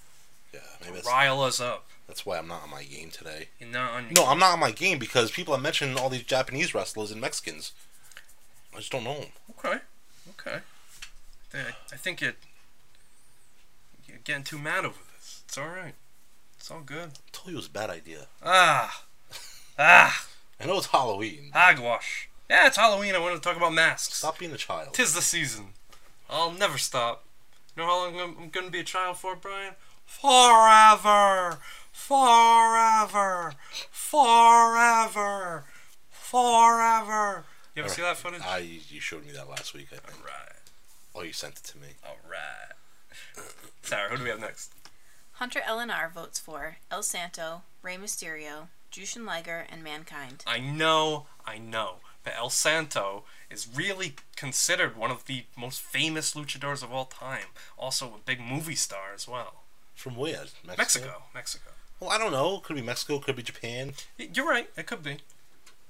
[SPEAKER 4] Yeah, maybe that's,
[SPEAKER 3] Rile us up.
[SPEAKER 4] that's why I'm not on my game today.
[SPEAKER 3] You're not on your
[SPEAKER 4] No, I'm not on my game because people are mentioning all these Japanese wrestlers and Mexicans. I just don't know them.
[SPEAKER 3] Okay. Okay. I- I think you're, you're getting too mad over this. It's alright. It's all good.
[SPEAKER 4] I told you it was a bad idea.
[SPEAKER 3] Ah. Ah.
[SPEAKER 4] I know it's Halloween.
[SPEAKER 3] Hogwash. Yeah, it's Halloween. I wanted to talk about masks.
[SPEAKER 4] Stop being a child.
[SPEAKER 3] Tis the season. I'll never stop. You know how long I'm, I'm gonna be a child for, Brian? Forever! Forever! Forever! Forever! You ever see that footage?
[SPEAKER 4] I you showed me that last week. I think.
[SPEAKER 3] Alright,
[SPEAKER 4] Oh, you sent it to me.
[SPEAKER 3] alright. Sarah, who do we have next?
[SPEAKER 5] Hunter LNR votes for El Santo, Rey Mysterio, Jushin Liger, and Mankind.
[SPEAKER 3] I know, I know, but El Santo is really considered one of the most famous luchadors of all time. Also, a big movie star as well.
[SPEAKER 4] From where? Mexico.
[SPEAKER 3] Mexico, Mexico.
[SPEAKER 4] Well, I don't know. Could be Mexico. Could be Japan.
[SPEAKER 3] Y- You're right. It could be.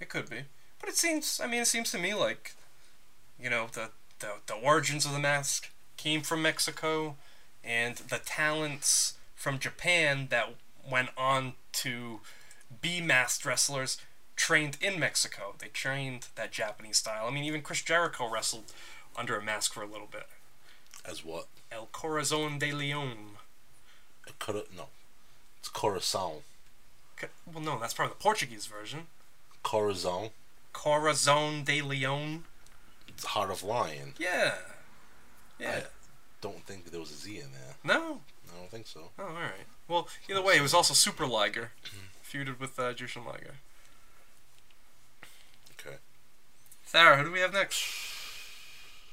[SPEAKER 3] It could be. But it seems. I mean, it seems to me like, you know, the the, the origins of the mask came from Mexico. and the talents from Japan that went on to be masked wrestlers trained in Mexico. They trained that Japanese style. I mean, even Chris Jericho wrestled under a mask for a little bit.
[SPEAKER 4] As what?
[SPEAKER 3] El Corazon de Leon.
[SPEAKER 4] A cora- no. It's Corazon.
[SPEAKER 3] C- Well, no, that's probably the Portuguese version.
[SPEAKER 4] Corazon.
[SPEAKER 3] Corazon de Leon.
[SPEAKER 4] It's Heart of Lion.
[SPEAKER 3] Yeah. Yeah.
[SPEAKER 4] I don't think there was a Z in there.
[SPEAKER 3] No.
[SPEAKER 4] I don't think so.
[SPEAKER 3] Oh, all right. Well, either way, it was also Super Liger, feuded with uh, Jushin Liger.
[SPEAKER 4] Okay.
[SPEAKER 3] Sarah, who do we have next?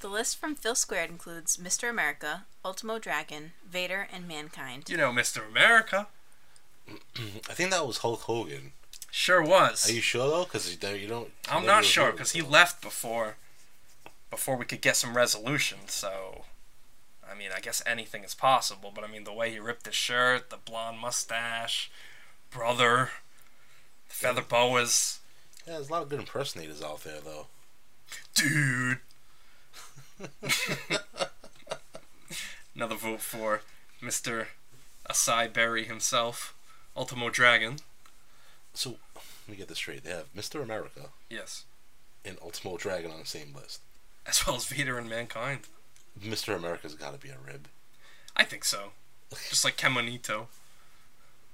[SPEAKER 5] The list from Phil Squared includes Mr. America, Ultimo Dragon, Vader, and Mankind.
[SPEAKER 3] You know, Mr. America.
[SPEAKER 4] I think that was Hulk Hogan.
[SPEAKER 3] Sure was.
[SPEAKER 4] Are you sure though? Because you don't.
[SPEAKER 3] I'm not sure because he left before before we could get some resolution. So, I mean, I guess anything is possible. But I mean, the way he ripped his shirt, the blonde mustache, brother, feather boas,
[SPEAKER 4] Yeah, there's a lot of good impersonators out there though.
[SPEAKER 3] dude. Another vote for Mr. Asai Berry himself, Ultimo Dragon.
[SPEAKER 4] So let me get this straight. They have Mr. America
[SPEAKER 3] Yes,
[SPEAKER 4] and Ultimo Dragon on the same list.
[SPEAKER 3] as well as Vader and Mankind.
[SPEAKER 4] Mr. America's got to be a rib.
[SPEAKER 3] I think so. Just like Kemonito.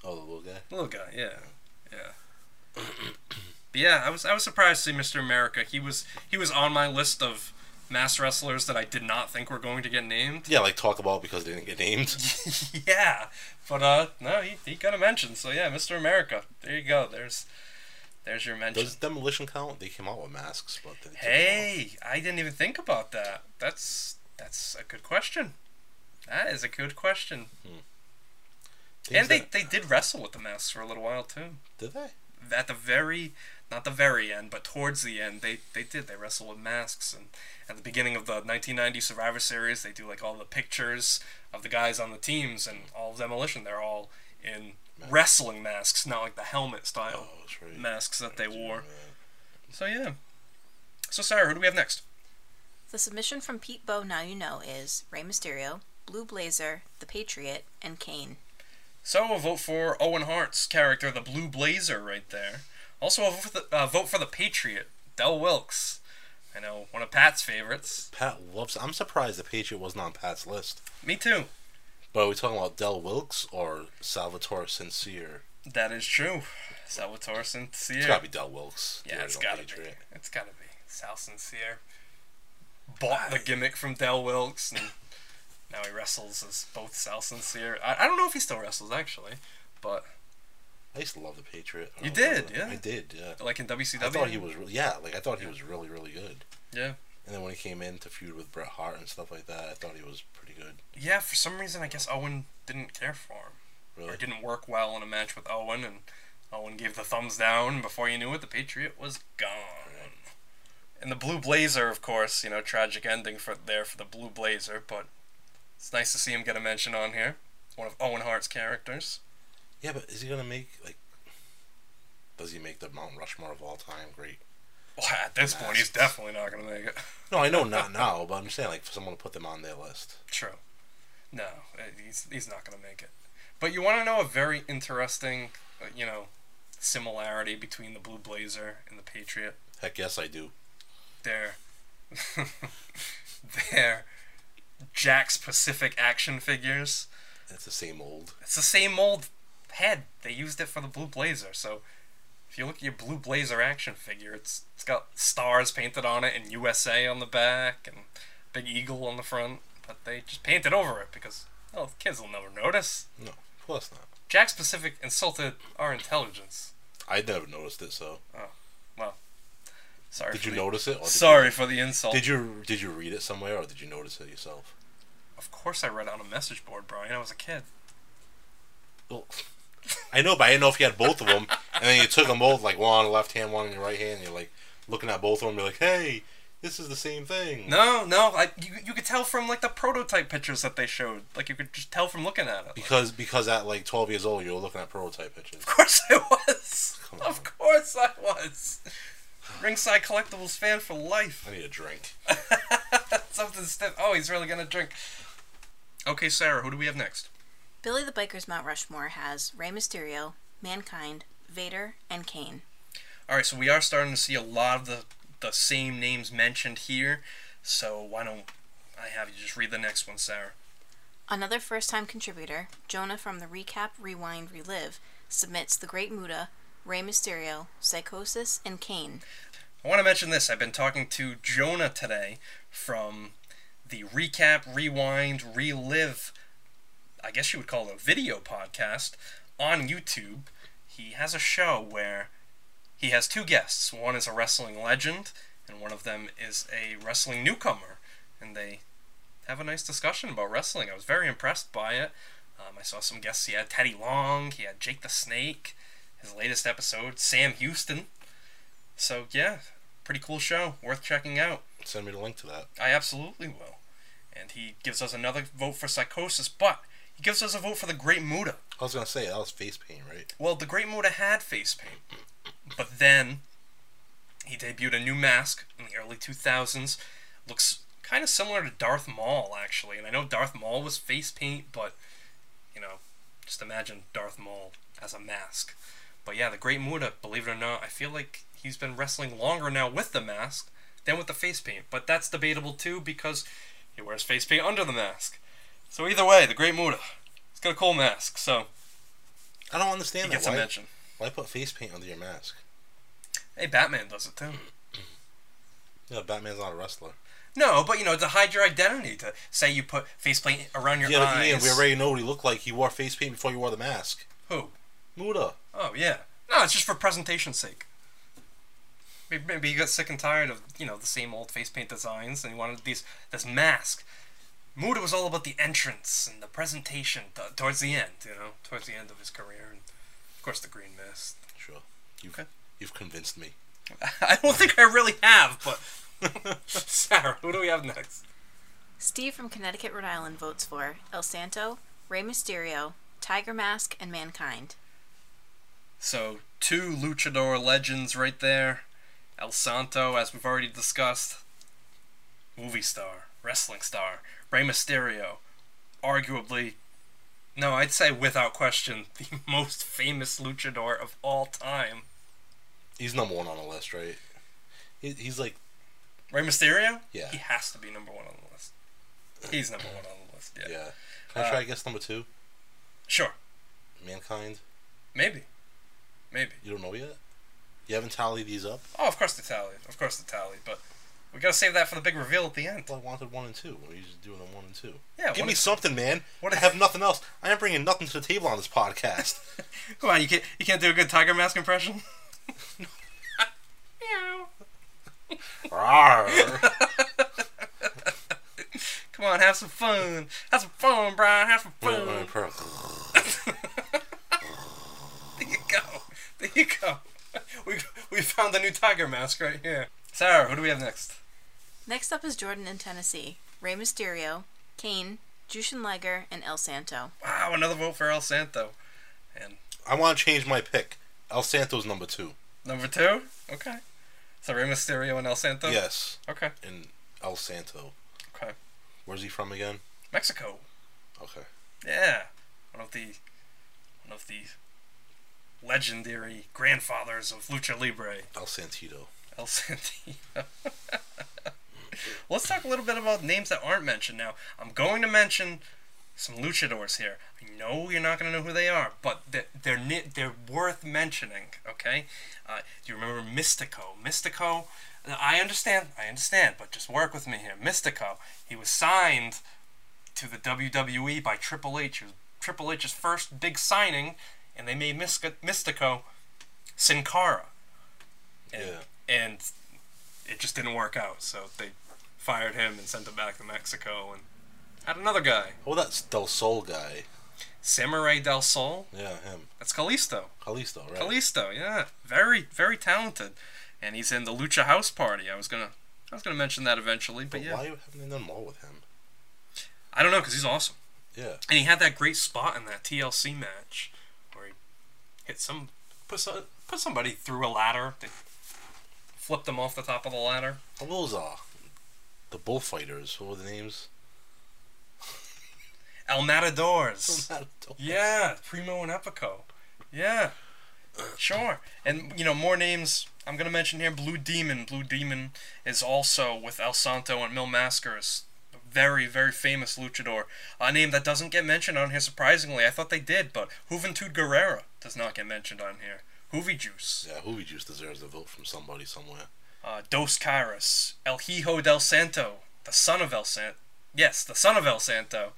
[SPEAKER 4] Oh, the little guy.
[SPEAKER 3] Little guy, yeah, yeah. but yeah, I was I was surprised to see Mr. America. He was he was on my list of mass wrestlers that I did not think were going to get named.
[SPEAKER 4] Yeah, like talk about because they didn't get named.
[SPEAKER 3] yeah, but uh, no, he he got a mention. So yeah, Mr. America. There you go. There's there's your mention.
[SPEAKER 4] Does demolition count? They came out with masks, but they took them
[SPEAKER 3] Hey, I didn't even think about that. That's that's a good question. That is a good question.
[SPEAKER 4] off.
[SPEAKER 3] And
[SPEAKER 4] Things
[SPEAKER 3] they,
[SPEAKER 4] that-
[SPEAKER 3] they did wrestle with the masks for a little while too.
[SPEAKER 4] did they?
[SPEAKER 3] at the very not the very end but towards the end they they did they wrestle with masks and at the beginning of the 1990 survivor series they do like all the pictures of the guys on the teams and all of demolition they're all in wrestling masks not like the helmet
[SPEAKER 4] Oh,
[SPEAKER 3] style
[SPEAKER 4] that's right.
[SPEAKER 3] masks that they wore
[SPEAKER 4] Yeah.
[SPEAKER 3] so yeah so sarah who do we have next
[SPEAKER 5] The submission from Pete Bow Now You Know is Rey Mysterio, Blue Blazer, The Patriot, and Kane.
[SPEAKER 3] so a vote for owen hart's character the blue blazer right there also a vote for the, uh, vote for the patriot del wilkes i know one of pat's favorites
[SPEAKER 4] Pat loves. I'm surprised the Patriot wasn't on Pat's list.
[SPEAKER 3] me too
[SPEAKER 4] But are we talking about Del Wilkes or Salvatore Sincere?
[SPEAKER 3] That is true. Salvatore Sincere.
[SPEAKER 4] It's gotta be Del Wilkes. the
[SPEAKER 3] yeah, it's
[SPEAKER 4] original
[SPEAKER 3] gotta be.
[SPEAKER 4] Patriot.
[SPEAKER 3] It's gotta be. Sal Sincere bought the gimmick from Del Wilkes, and now he wrestles as both Sal Sincere. I, I don't know if he still wrestles actually, but
[SPEAKER 4] I used to love the Patriot. I
[SPEAKER 3] You
[SPEAKER 4] don't know
[SPEAKER 3] did,
[SPEAKER 4] whether-
[SPEAKER 3] yeah?
[SPEAKER 4] I did, yeah.
[SPEAKER 3] like in WCW,
[SPEAKER 4] I thought he was, re- yeah, like I thought he was really, really good.
[SPEAKER 3] Yeah.
[SPEAKER 4] And then when he came in to feud with Bret Hart and stuff like that, I thought he was pretty good.
[SPEAKER 3] Yeah, for some reason I guess Owen didn't care for him or
[SPEAKER 4] Really,
[SPEAKER 3] didn't work well in a match with Owen, and Owen gave the thumbs down. Before you knew it, the Patriot was gone. And the Blue Blazer, of course, you know, tragic ending for there for the Blue Blazer, but it's nice to see him get a mention on here. One of Owen Hart's characters.
[SPEAKER 4] yeah, but is he gonna make like? Does he make the Mount Rushmore of all time great?
[SPEAKER 3] Well, at this point, he's definitely not going to make it.
[SPEAKER 4] No, I know not now, but I'm saying like for someone to put them on their list.
[SPEAKER 3] True. No, uh, he's, he's not going to make it. But you want to know a very interesting, uh, you know, similarity between the Blue Blazer and the Patriot?
[SPEAKER 4] Heck yes, I do.
[SPEAKER 3] their their Jack's Pacific action figures.
[SPEAKER 4] It's the same old.
[SPEAKER 3] It's the same old head. They used it for the Blue Blazer. So if you look at your Blue Blazer action figure, it's it's got stars painted on it and USA on the back and big eagle on the front. But they just painted over it because well, kids will never notice.
[SPEAKER 4] No, of course not.
[SPEAKER 3] Jack's Pacific insulted our intelligence.
[SPEAKER 4] I never noticed it. So
[SPEAKER 3] Sorry.
[SPEAKER 4] did
[SPEAKER 3] for
[SPEAKER 4] you
[SPEAKER 3] the,
[SPEAKER 4] notice it? Or did
[SPEAKER 3] Sorry for the insult.
[SPEAKER 4] You, did you did you read it somewhere or did you notice it yourself?
[SPEAKER 3] of course, I read it on a message board, Brian. I was a kid.
[SPEAKER 4] Well, I know, but I didn't know if you had both of them, and then you took them both, like one on the left hand, one on your right hand. And you're like looking at both of them. You're like, hey, this is the same thing.
[SPEAKER 3] No, no. I, you, you could tell from like the prototype pictures that they showed. Like you could just tell from looking at it.
[SPEAKER 4] Because because at like 12 years old, you were looking at prototype pictures.
[SPEAKER 3] Of course I was.
[SPEAKER 4] Come
[SPEAKER 3] Of
[SPEAKER 4] on.
[SPEAKER 3] course I was. Ringside Collectibles fan for life.
[SPEAKER 4] I need a drink.
[SPEAKER 3] Something stiff. Oh, he's really gonna drink. Okay, Sarah, who do we have next?
[SPEAKER 5] Billy the Biker's Mount Rushmore has Rey Mysterio, Mankind, Vader, and Kane.
[SPEAKER 3] All right, so we are starting to see a lot of the the same names mentioned here. So why don't I have you just read the next one, Sarah?
[SPEAKER 5] Another first time contributor, Jonah from the Recap, Rewind, Relive, submits The Great Muda, Rey Mysterio, Psychosis, and Kane.
[SPEAKER 3] I want to mention this. I've been talking to Jonah today from the Recap, Rewind, Relive, I guess you would call it a video podcast on YouTube. He has a show where he has two guests. One is a wrestling legend, and one of them is a wrestling newcomer. And they have a nice discussion about wrestling. I was very impressed by it. Um, I saw some guests. He had Teddy Long, he had Jake the Snake, his latest episode, Sam Houston. So, yeah, pretty cool show. Worth checking out.
[SPEAKER 4] Send me the link to that.
[SPEAKER 3] I absolutely will. And he gives us another vote for Psychosis, but he gives us a vote for the Great Muda.
[SPEAKER 4] I was gonna say that was face paint, right?
[SPEAKER 3] Well, the Great Muda had face paint, but then he debuted a new mask in the early 2000s. Looks kind of similar to Darth Maul, actually. And I know Darth Maul was face paint, but, you know, just imagine Darth Maul as a mask. But yeah, the Great Muda, believe it or not, I feel like he's been wrestling longer now with the mask than with the face paint. But that's debatable too because he wears face paint under the mask. So either way, the Great Muda, he's got a cool mask, so
[SPEAKER 4] I don't
[SPEAKER 3] he
[SPEAKER 4] understand that.
[SPEAKER 3] gets a
[SPEAKER 4] Why,
[SPEAKER 3] mention.
[SPEAKER 4] why put face paint under your mask?
[SPEAKER 3] Hey, Batman does it too.
[SPEAKER 4] Yeah, Batman's not a wrestler.
[SPEAKER 3] No, but you know, to hide your identity, to say you put face paint around your
[SPEAKER 4] Yeah, but
[SPEAKER 3] eyes.
[SPEAKER 4] Ian, we already know what he looked like. He wore face paint before he wore the mask.
[SPEAKER 3] Who?
[SPEAKER 4] Muda.
[SPEAKER 3] Oh yeah. No, it's just for presentation's sake. Maybe, maybe he got sick and tired of you know the same old face paint designs, and he wanted these this mask. Muda was all about the entrance and the presentation th- towards the end, you know, towards the end of his career, and of course the green mist.
[SPEAKER 4] Sure. You've,
[SPEAKER 3] Okay.
[SPEAKER 4] you've convinced me.
[SPEAKER 3] I don't think I really have, but Sarah, who do we have next?
[SPEAKER 5] Steve from Connecticut, Rhode Island votes for El Santo, Rey Mysterio, Tiger Mask, and Mankind.
[SPEAKER 3] So, two luchador legends right there. El Santo, as we've already discussed, movie star, wrestling star. Rey Mysterio, arguably, no, I'd say without question, the most famous luchador of all time.
[SPEAKER 4] He's number one on the list, right? He, he's like,
[SPEAKER 3] Rey Mysterio?
[SPEAKER 4] Yeah.
[SPEAKER 3] He has to be number one on the list. He's number one on the list, yeah. Uh,
[SPEAKER 4] yeah. Can I try to guess number two?
[SPEAKER 3] Sure,
[SPEAKER 4] Mankind?
[SPEAKER 3] maybe. Maybe.
[SPEAKER 4] You don't know yet? You haven't tallied these up?
[SPEAKER 3] Oh, of course the tally. Of course the tally, but we gotta save that for the big reveal at the end.
[SPEAKER 4] Well, I wanted one and two. We're just doing a one and two.
[SPEAKER 3] Yeah,
[SPEAKER 4] Give
[SPEAKER 3] one
[SPEAKER 4] me
[SPEAKER 3] and-
[SPEAKER 4] something, man.
[SPEAKER 3] What-
[SPEAKER 4] I have nothing else. I am bringing nothing to the table on this podcast.
[SPEAKER 3] Come on, you can't you can't do a good tiger mask impression.
[SPEAKER 4] Rawr.
[SPEAKER 3] Come on, have some fun. Have some fun, Brian. Have some
[SPEAKER 4] uh,
[SPEAKER 3] fun. There you go. There you go. We we found a new tiger mask right here. Sarah, who do we have next?
[SPEAKER 5] Next up is Jordan in Tennessee, Rey Mysterio, Kane, Jushin Liger, and El Santo.
[SPEAKER 3] Wow, another vote for El Santo.
[SPEAKER 4] I want to change my pick. El Santo's number two.
[SPEAKER 3] Number two. Okay. So Rey Mysterio and El Santo.
[SPEAKER 4] Yes,
[SPEAKER 3] Okay.
[SPEAKER 4] and El Santo.
[SPEAKER 3] Okay.
[SPEAKER 4] Where's he from again?
[SPEAKER 3] Mexico.
[SPEAKER 4] Okay.
[SPEAKER 3] Yeah. One of the one of the legendary grandfathers of lucha libre.
[SPEAKER 4] El Santito.
[SPEAKER 3] El Santino. Let's talk a little bit about names that aren't mentioned now. I'm going to mention some luchadors here. I know you're not going to know who they are, but they're they're, ni- they're worth mentioning. Okay, uh, do you remember Mystico? Mystico. I understand. I understand, but just work with me here. Mystico. He was signed to the WWE by Triple H. It was Triple H's first big signing, and they made Mystica- Mystico Sin Cara. And
[SPEAKER 4] Yeah.
[SPEAKER 3] and it just didn't work out. So they fired him and sent him back to Mexico and had another guy,
[SPEAKER 4] Oh, that's Del Sol guy.
[SPEAKER 3] Samurai del Sol.
[SPEAKER 4] Yeah, him.
[SPEAKER 3] That's Kalisto.
[SPEAKER 4] Kalisto, right?
[SPEAKER 3] Kalisto, yeah, very very talented, and he's in the Lucha House Party. I was gonna I was gonna mention that eventually, but
[SPEAKER 4] But
[SPEAKER 3] yeah,
[SPEAKER 4] why haven't they done more with him?
[SPEAKER 3] I don't know because he's awesome,
[SPEAKER 4] Yeah.
[SPEAKER 3] and he had that great spot in that TLC match where he hit some put some, put somebody through a ladder. They flipped them off the top of the ladder.
[SPEAKER 4] Well, those are the bullfighters. What were the names?
[SPEAKER 3] El Matadors.
[SPEAKER 4] Not at all.
[SPEAKER 3] Yeah, Primo and Epico. Yeah, sure. And you know more names I'm gonna mention here. Blue Demon. Blue Demon is also with El Santo and Mil Mascaris. Very, very famous luchador. A name that doesn't get mentioned on here, surprisingly. I thought they did, but Juventud Guerrera does not get mentioned on here. Hoovy Juice.
[SPEAKER 4] Yeah, Hoovy Juice deserves a vote from somebody somewhere.
[SPEAKER 3] Uh, Dos Caras. El Hijo del Santo. The son of El Santo. Yes, the son of El Santo.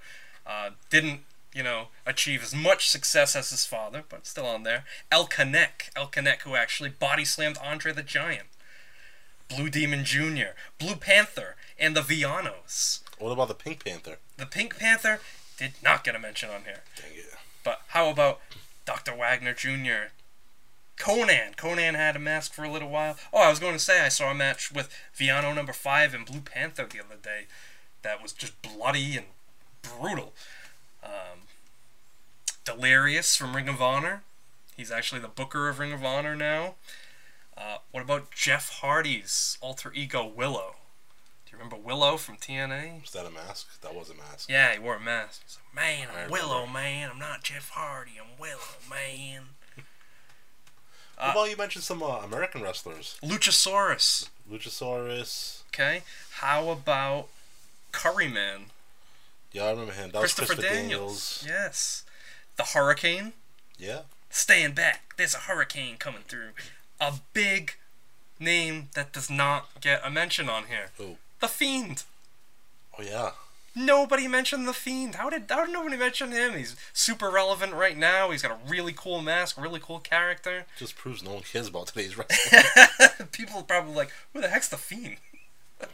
[SPEAKER 3] Uh, didn't you know, achieve as much success as his father, but still on there. El Kanek, El Kanek, who actually body slammed Andre the Giant, Blue Demon Jr., Blue Panther, and the Vianos.
[SPEAKER 4] What about the Pink Panther?
[SPEAKER 3] The Pink Panther did not get a mention on here.
[SPEAKER 4] Dang it.
[SPEAKER 3] But how about Dr. Wagner Jr.? Conan. Conan had a mask for a little while. Oh, I was going to say I saw a match with Viano number five and Blue Panther the other day that was just bloody and brutal. Um, Delirious from Ring of Honor. He's actually the booker of Ring of Honor now. Uh, what about Jeff Hardy's alter ego Willow? Do you remember Willow from TNA?
[SPEAKER 4] Was that a mask? That was a mask.
[SPEAKER 3] Yeah, he wore a mask. He's like, man,
[SPEAKER 4] I
[SPEAKER 3] I'm
[SPEAKER 4] remember.
[SPEAKER 3] Willow, man. I'm not Jeff Hardy. I'm Willow, man. Uh,
[SPEAKER 4] well, you mentioned some uh, American wrestlers.
[SPEAKER 3] Luchasaurus.
[SPEAKER 4] Luchasaurus.
[SPEAKER 3] Okay. How about Curryman?
[SPEAKER 4] Yeah, I remember him. That was Christopher, Daniels.
[SPEAKER 3] Yes. The Hurricane.
[SPEAKER 4] Yeah.
[SPEAKER 3] Stand back. There's a hurricane coming through. A big name that does not get a mention on here.
[SPEAKER 4] Who?
[SPEAKER 3] The Fiend.
[SPEAKER 4] Oh, yeah.
[SPEAKER 3] Nobody mentioned the Fiend. How did how did nobody mention him? He's super relevant right now. He's got a really cool mask, really cool character.
[SPEAKER 4] Just proves no one cares about today's wrestling.
[SPEAKER 3] people are probably like, who the heck's the fiend?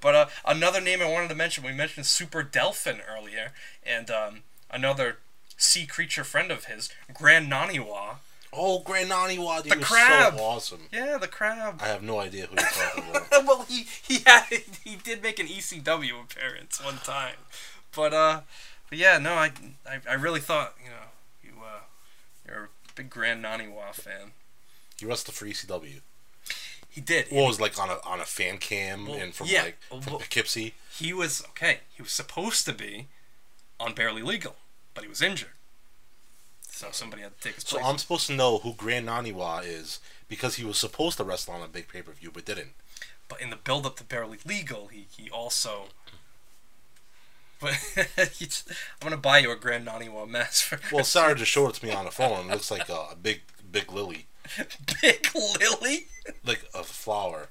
[SPEAKER 3] but uh, another name I wanted to mention, we mentioned Super Delphin earlier, and um, another sea creature friend of his, Grand Naniwa.
[SPEAKER 4] oh, Grand Naniwa, dude.
[SPEAKER 3] The
[SPEAKER 4] was
[SPEAKER 3] crab.
[SPEAKER 4] so awesome.
[SPEAKER 3] Yeah, the crab.
[SPEAKER 4] I have no idea who you're talking about.
[SPEAKER 3] well, he he had he did make an ECW appearance one time, but uh, but yeah, no, I I, I really thought you know you uh, you're a big Grand Naniwa fan.
[SPEAKER 4] He wrestled for E ECW.
[SPEAKER 3] He did.
[SPEAKER 4] Well, it was like on a on a fan cam
[SPEAKER 3] Well,
[SPEAKER 4] and from
[SPEAKER 3] yeah.
[SPEAKER 4] like from
[SPEAKER 3] Well-
[SPEAKER 4] Poughkeepsie.
[SPEAKER 3] he was okay. He was supposed to be on barely legal, but he was injured. So somebody had to take his
[SPEAKER 4] So
[SPEAKER 3] place.
[SPEAKER 4] I'm supposed to know who Grand Naniwa is because he was supposed to wrestle on a big pay per view but didn't.
[SPEAKER 3] but in the build up to barely legal, he, he also. But he's- I'm gonna buy you a Grand Naniwa mask for
[SPEAKER 4] Well, Sarah just showed it to me on the phone. It looks like a, a big big lily,
[SPEAKER 3] Big Lily.
[SPEAKER 4] like a flower.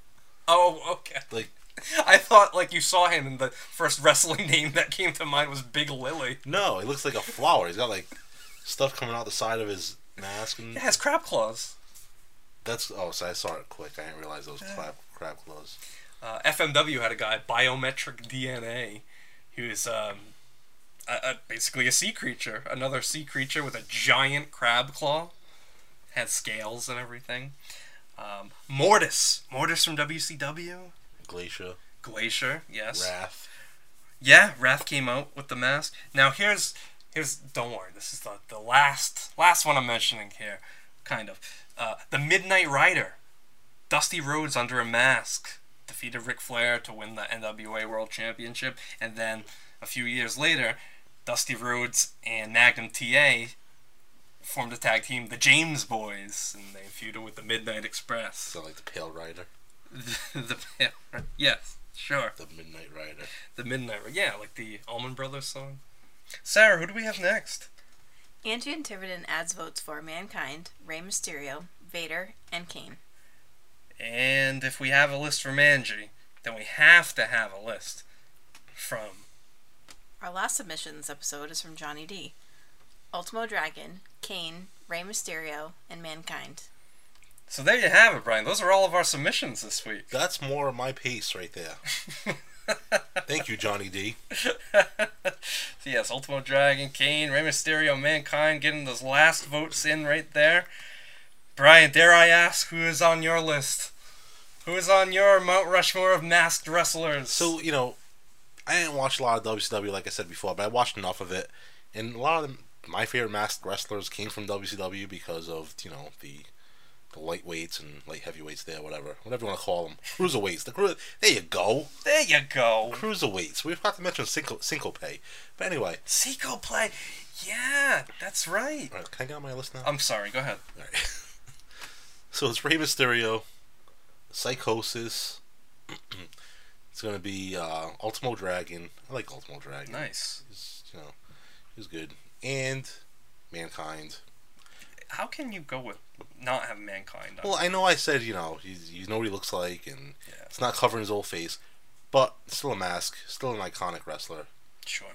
[SPEAKER 3] Oh, okay.
[SPEAKER 4] Like
[SPEAKER 3] I thought like you saw him, and the first wrestling name that came to mind was Big Lily.
[SPEAKER 4] no, it looks like a flower. He's got like stuff coming out the side of his mask and
[SPEAKER 3] It has crab claws.
[SPEAKER 4] that's oh, so I saw it quick. I didn't realize it was crab crab claws.
[SPEAKER 3] uh, FMW had a guy, biometric DNA. He was um, a, a, basically a sea creature, another sea creature with a giant crab claw, had scales and everything. Um, Mortis, Mortis from WCW,
[SPEAKER 4] Glacier,
[SPEAKER 3] Glacier, yes,
[SPEAKER 4] Wrath.
[SPEAKER 3] yeah. Wrath came out with the mask. Now here's here's don't worry, this is the the last last one I'm mentioning here, kind of. Uh, the Midnight Rider, Dusty Rhodes under a mask defeated Ric Flair to win the NWA World Championship, and then a few years later, Dusty Rhodes and Magnum TA formed a tag team, the James Boys, and they feuded with the Midnight Express.
[SPEAKER 4] So like the Pale Rider,
[SPEAKER 3] the yes, sure,
[SPEAKER 4] the Midnight Rider.
[SPEAKER 3] the Midnight. Yeah, like the Allman Brothers song. Sarah, who do we have next?
[SPEAKER 5] Angie and Tiverton adds votes for Mankind, Rey Mysterio, Vader, and Kane.
[SPEAKER 3] And if we have a list from Angie, then we have to have a list from
[SPEAKER 5] Our last submission this episode is from Johnny D. Ultimo Dragon, Kane, Rey Mysterio, and Mankind.
[SPEAKER 3] So there you have it, Brian. Those are all of our submissions this week.
[SPEAKER 4] That's more of my pace right there. Thank you, Johnny D.
[SPEAKER 3] So yes, Ultimo Dragon, Kane, Rey Mysterio, Mankind getting those last votes in right there. Brian, dare I ask who is on your list? Who is on your Mount Rushmore of masked wrestlers?
[SPEAKER 4] So you know, I didn't watch a lot of WCW like I said before, but I watched enough of it, and a lot of them, my favorite masked wrestlers came from WCW because of you know the lightweights and light heavyweights there, whatever, whatever you want to call them. Cruiserweights. The cru- There you go.
[SPEAKER 3] There you go.
[SPEAKER 4] Cruiserweights. We forgot to mention synco- syncope. But anyway,
[SPEAKER 3] Seco play. Yeah, that's right.
[SPEAKER 4] all right, can I get on my list now?
[SPEAKER 3] I'm sorry. Go ahead.
[SPEAKER 4] All right. so it's Rey Mysterio, Psychosis. it's gonna be uh, Ultimo Dragon. I like Ultimo Dragon.
[SPEAKER 3] Nice.
[SPEAKER 4] He's, you know, he's good. And Mankind.
[SPEAKER 3] How can you go with not have mankind? On?
[SPEAKER 4] Well, I know I said you know he's, you know what he looks like, and
[SPEAKER 3] Yeah.
[SPEAKER 4] it's not covering his whole face, but still a mask, still an iconic wrestler.
[SPEAKER 3] sure.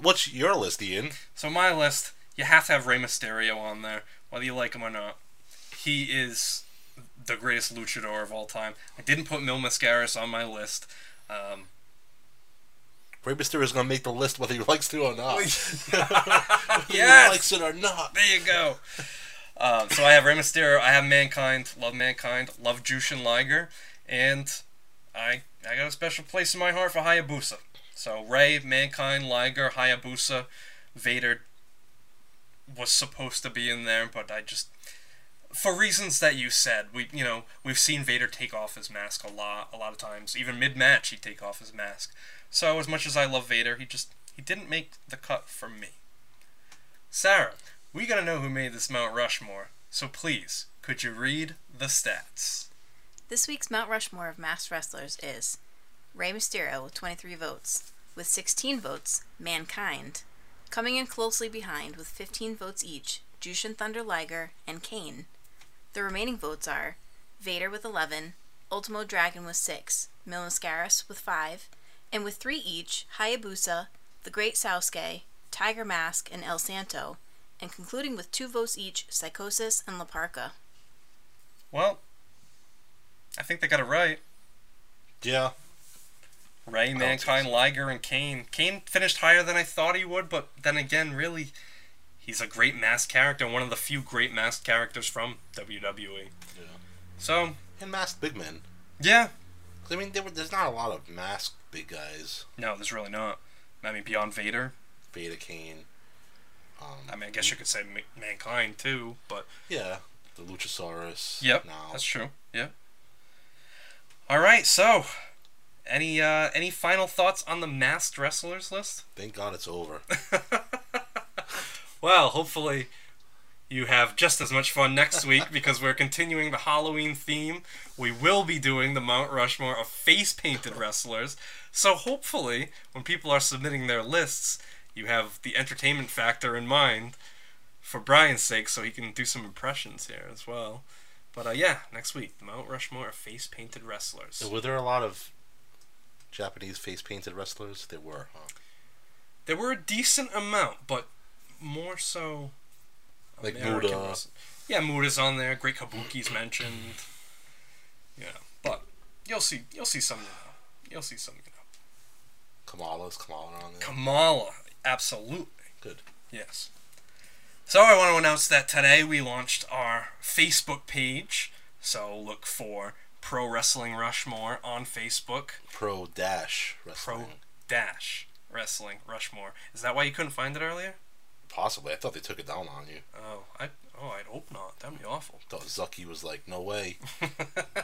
[SPEAKER 4] What's your list, Ian?
[SPEAKER 3] So my list, you have to have Rey Mysterio on there, whether you like him or not. He is the greatest luchador of all time. I didn't put Mil Mascaris on my list. Um,
[SPEAKER 4] Rey Mysterio's gonna make the list whether he likes to or not.
[SPEAKER 3] Yes!
[SPEAKER 4] he likes it or not.
[SPEAKER 3] there you go. Um, so I have Rey Mysterio, I have Mankind, love Mankind, love Jushin Liger, and I I got a special place in my heart for Hayabusa. So Rey, Mankind, Liger, Hayabusa, Vader was supposed to be in there, but I just for reasons that you said, we you know we've seen Vader take off his mask a lot, a lot of times. Even mid match, he'd take off his mask. So as much as I love Vader, he just he didn't make the cut for me. Sarah, we gotta know who made this Mount Rushmore. So please, could you read the stats?
[SPEAKER 5] This week's Mount Rushmore of masked wrestlers is Rey Mysterio with 23 votes, with 16 votes, Mankind. Coming in closely behind with 15 votes each, Jushin Thunder Liger and Kane. The remaining votes are Vader with 11, Ultimo Dragon with 6, Mil Mascaris with 5, and with 3 each, Hayabusa, The Great Sasuke, Tiger Mask, and El Santo, and concluding with 2 votes each, Psychosis and La Parca.
[SPEAKER 3] Well, I think they got it right.
[SPEAKER 4] Yeah,
[SPEAKER 3] Ray,
[SPEAKER 4] don't
[SPEAKER 3] Mankind,
[SPEAKER 4] think
[SPEAKER 3] Liger, and Kane. Kane finished higher than I thought he would, but then again, really, he's a great masked character, one of the few great masked characters from WWE.
[SPEAKER 4] Yeah.
[SPEAKER 3] So,
[SPEAKER 4] and masked big men.
[SPEAKER 3] yeah,
[SPEAKER 4] 'Cause, I mean, there were, there's not a lot of masked big guys.
[SPEAKER 3] no, there's really not. I mean, beyond Vader,
[SPEAKER 4] Beta Kane. Um,
[SPEAKER 3] I mean, I guess you could say Ma- Mankind too, but
[SPEAKER 4] yeah, the Luchasaurus.
[SPEAKER 3] Yep,
[SPEAKER 4] Now,
[SPEAKER 3] that's true. Yeah. All right. So, any uh, any final thoughts on the masked wrestlers list?
[SPEAKER 4] thank God it's over.
[SPEAKER 3] Well, hopefully you have just as much fun next week because we're continuing the Halloween theme. We will be doing the Mount Rushmore of face painted wrestlers. So hopefully, when people are submitting their lists, you have the entertainment factor in mind for Brian's sake so he can do some impressions here as well. But uh, yeah, next week, the Mount Rushmore of face painted wrestlers.
[SPEAKER 4] were there a lot of Japanese face painted wrestlers? There were. Huh?
[SPEAKER 3] There were a decent amount, but more so.
[SPEAKER 4] Like
[SPEAKER 3] American
[SPEAKER 4] Muda.
[SPEAKER 3] wrestling. Yeah, Muda's on there. Great Kabuki's mentioned. Yeah, but you'll see. You'll see some. You know. You'll see some. You know.
[SPEAKER 4] Kamala's Kamala on there.
[SPEAKER 3] Kamala, absolutely.
[SPEAKER 4] Good.
[SPEAKER 3] Yes. So I want to announce that today we launched our Facebook page. So look for Pro Wrestling Rushmore on Facebook.
[SPEAKER 4] Pro Dash Wrestling.
[SPEAKER 3] Pro Dash Wrestling Rushmore. Is that why you couldn't find it earlier?
[SPEAKER 4] Possibly. I thought they took it down on you.
[SPEAKER 3] Oh, I oh, I'd hope not. That'd be awful.
[SPEAKER 4] thought Zucky was like, no way.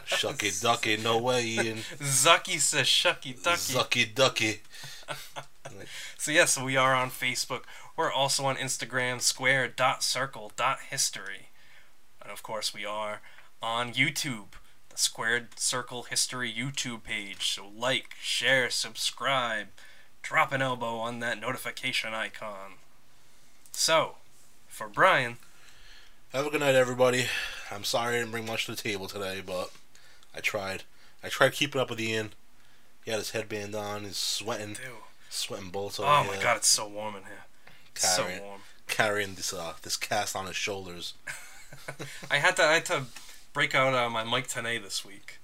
[SPEAKER 4] Shucky Ducky, no way, Ian.
[SPEAKER 3] Zucky says shucky ducky.
[SPEAKER 4] Zucky Ducky.
[SPEAKER 3] So yes, we are on Facebook. We're also on Instagram, square dot circle dot history, and of course we are on YouTube, the Squared Circle History YouTube page. So like, share, subscribe, drop an elbow on that notification icon. So, for Brian,
[SPEAKER 4] Have a good night, everybody. I'm sorry I didn't bring much to the table today, but I tried. I tried keeping up with Ian. He had his headband on. He's sweating, sweating bullets. over
[SPEAKER 3] oh my
[SPEAKER 4] here,
[SPEAKER 3] God, it's so warm in here. It's so
[SPEAKER 4] Carrying,
[SPEAKER 3] warm.
[SPEAKER 4] carrying this uh, this cast on his shoulders.
[SPEAKER 3] I had to I had to break out uh, my Mike Tenay this week.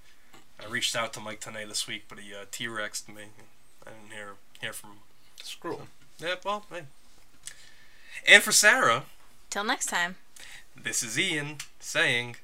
[SPEAKER 3] I reached out to Mike Tenay this week, but he uh, T Rexed me. I didn't hear hear from him.
[SPEAKER 4] Screw him.
[SPEAKER 3] Yeah, well, hey. And for Sarah,
[SPEAKER 5] Till next time.
[SPEAKER 3] this is Ian saying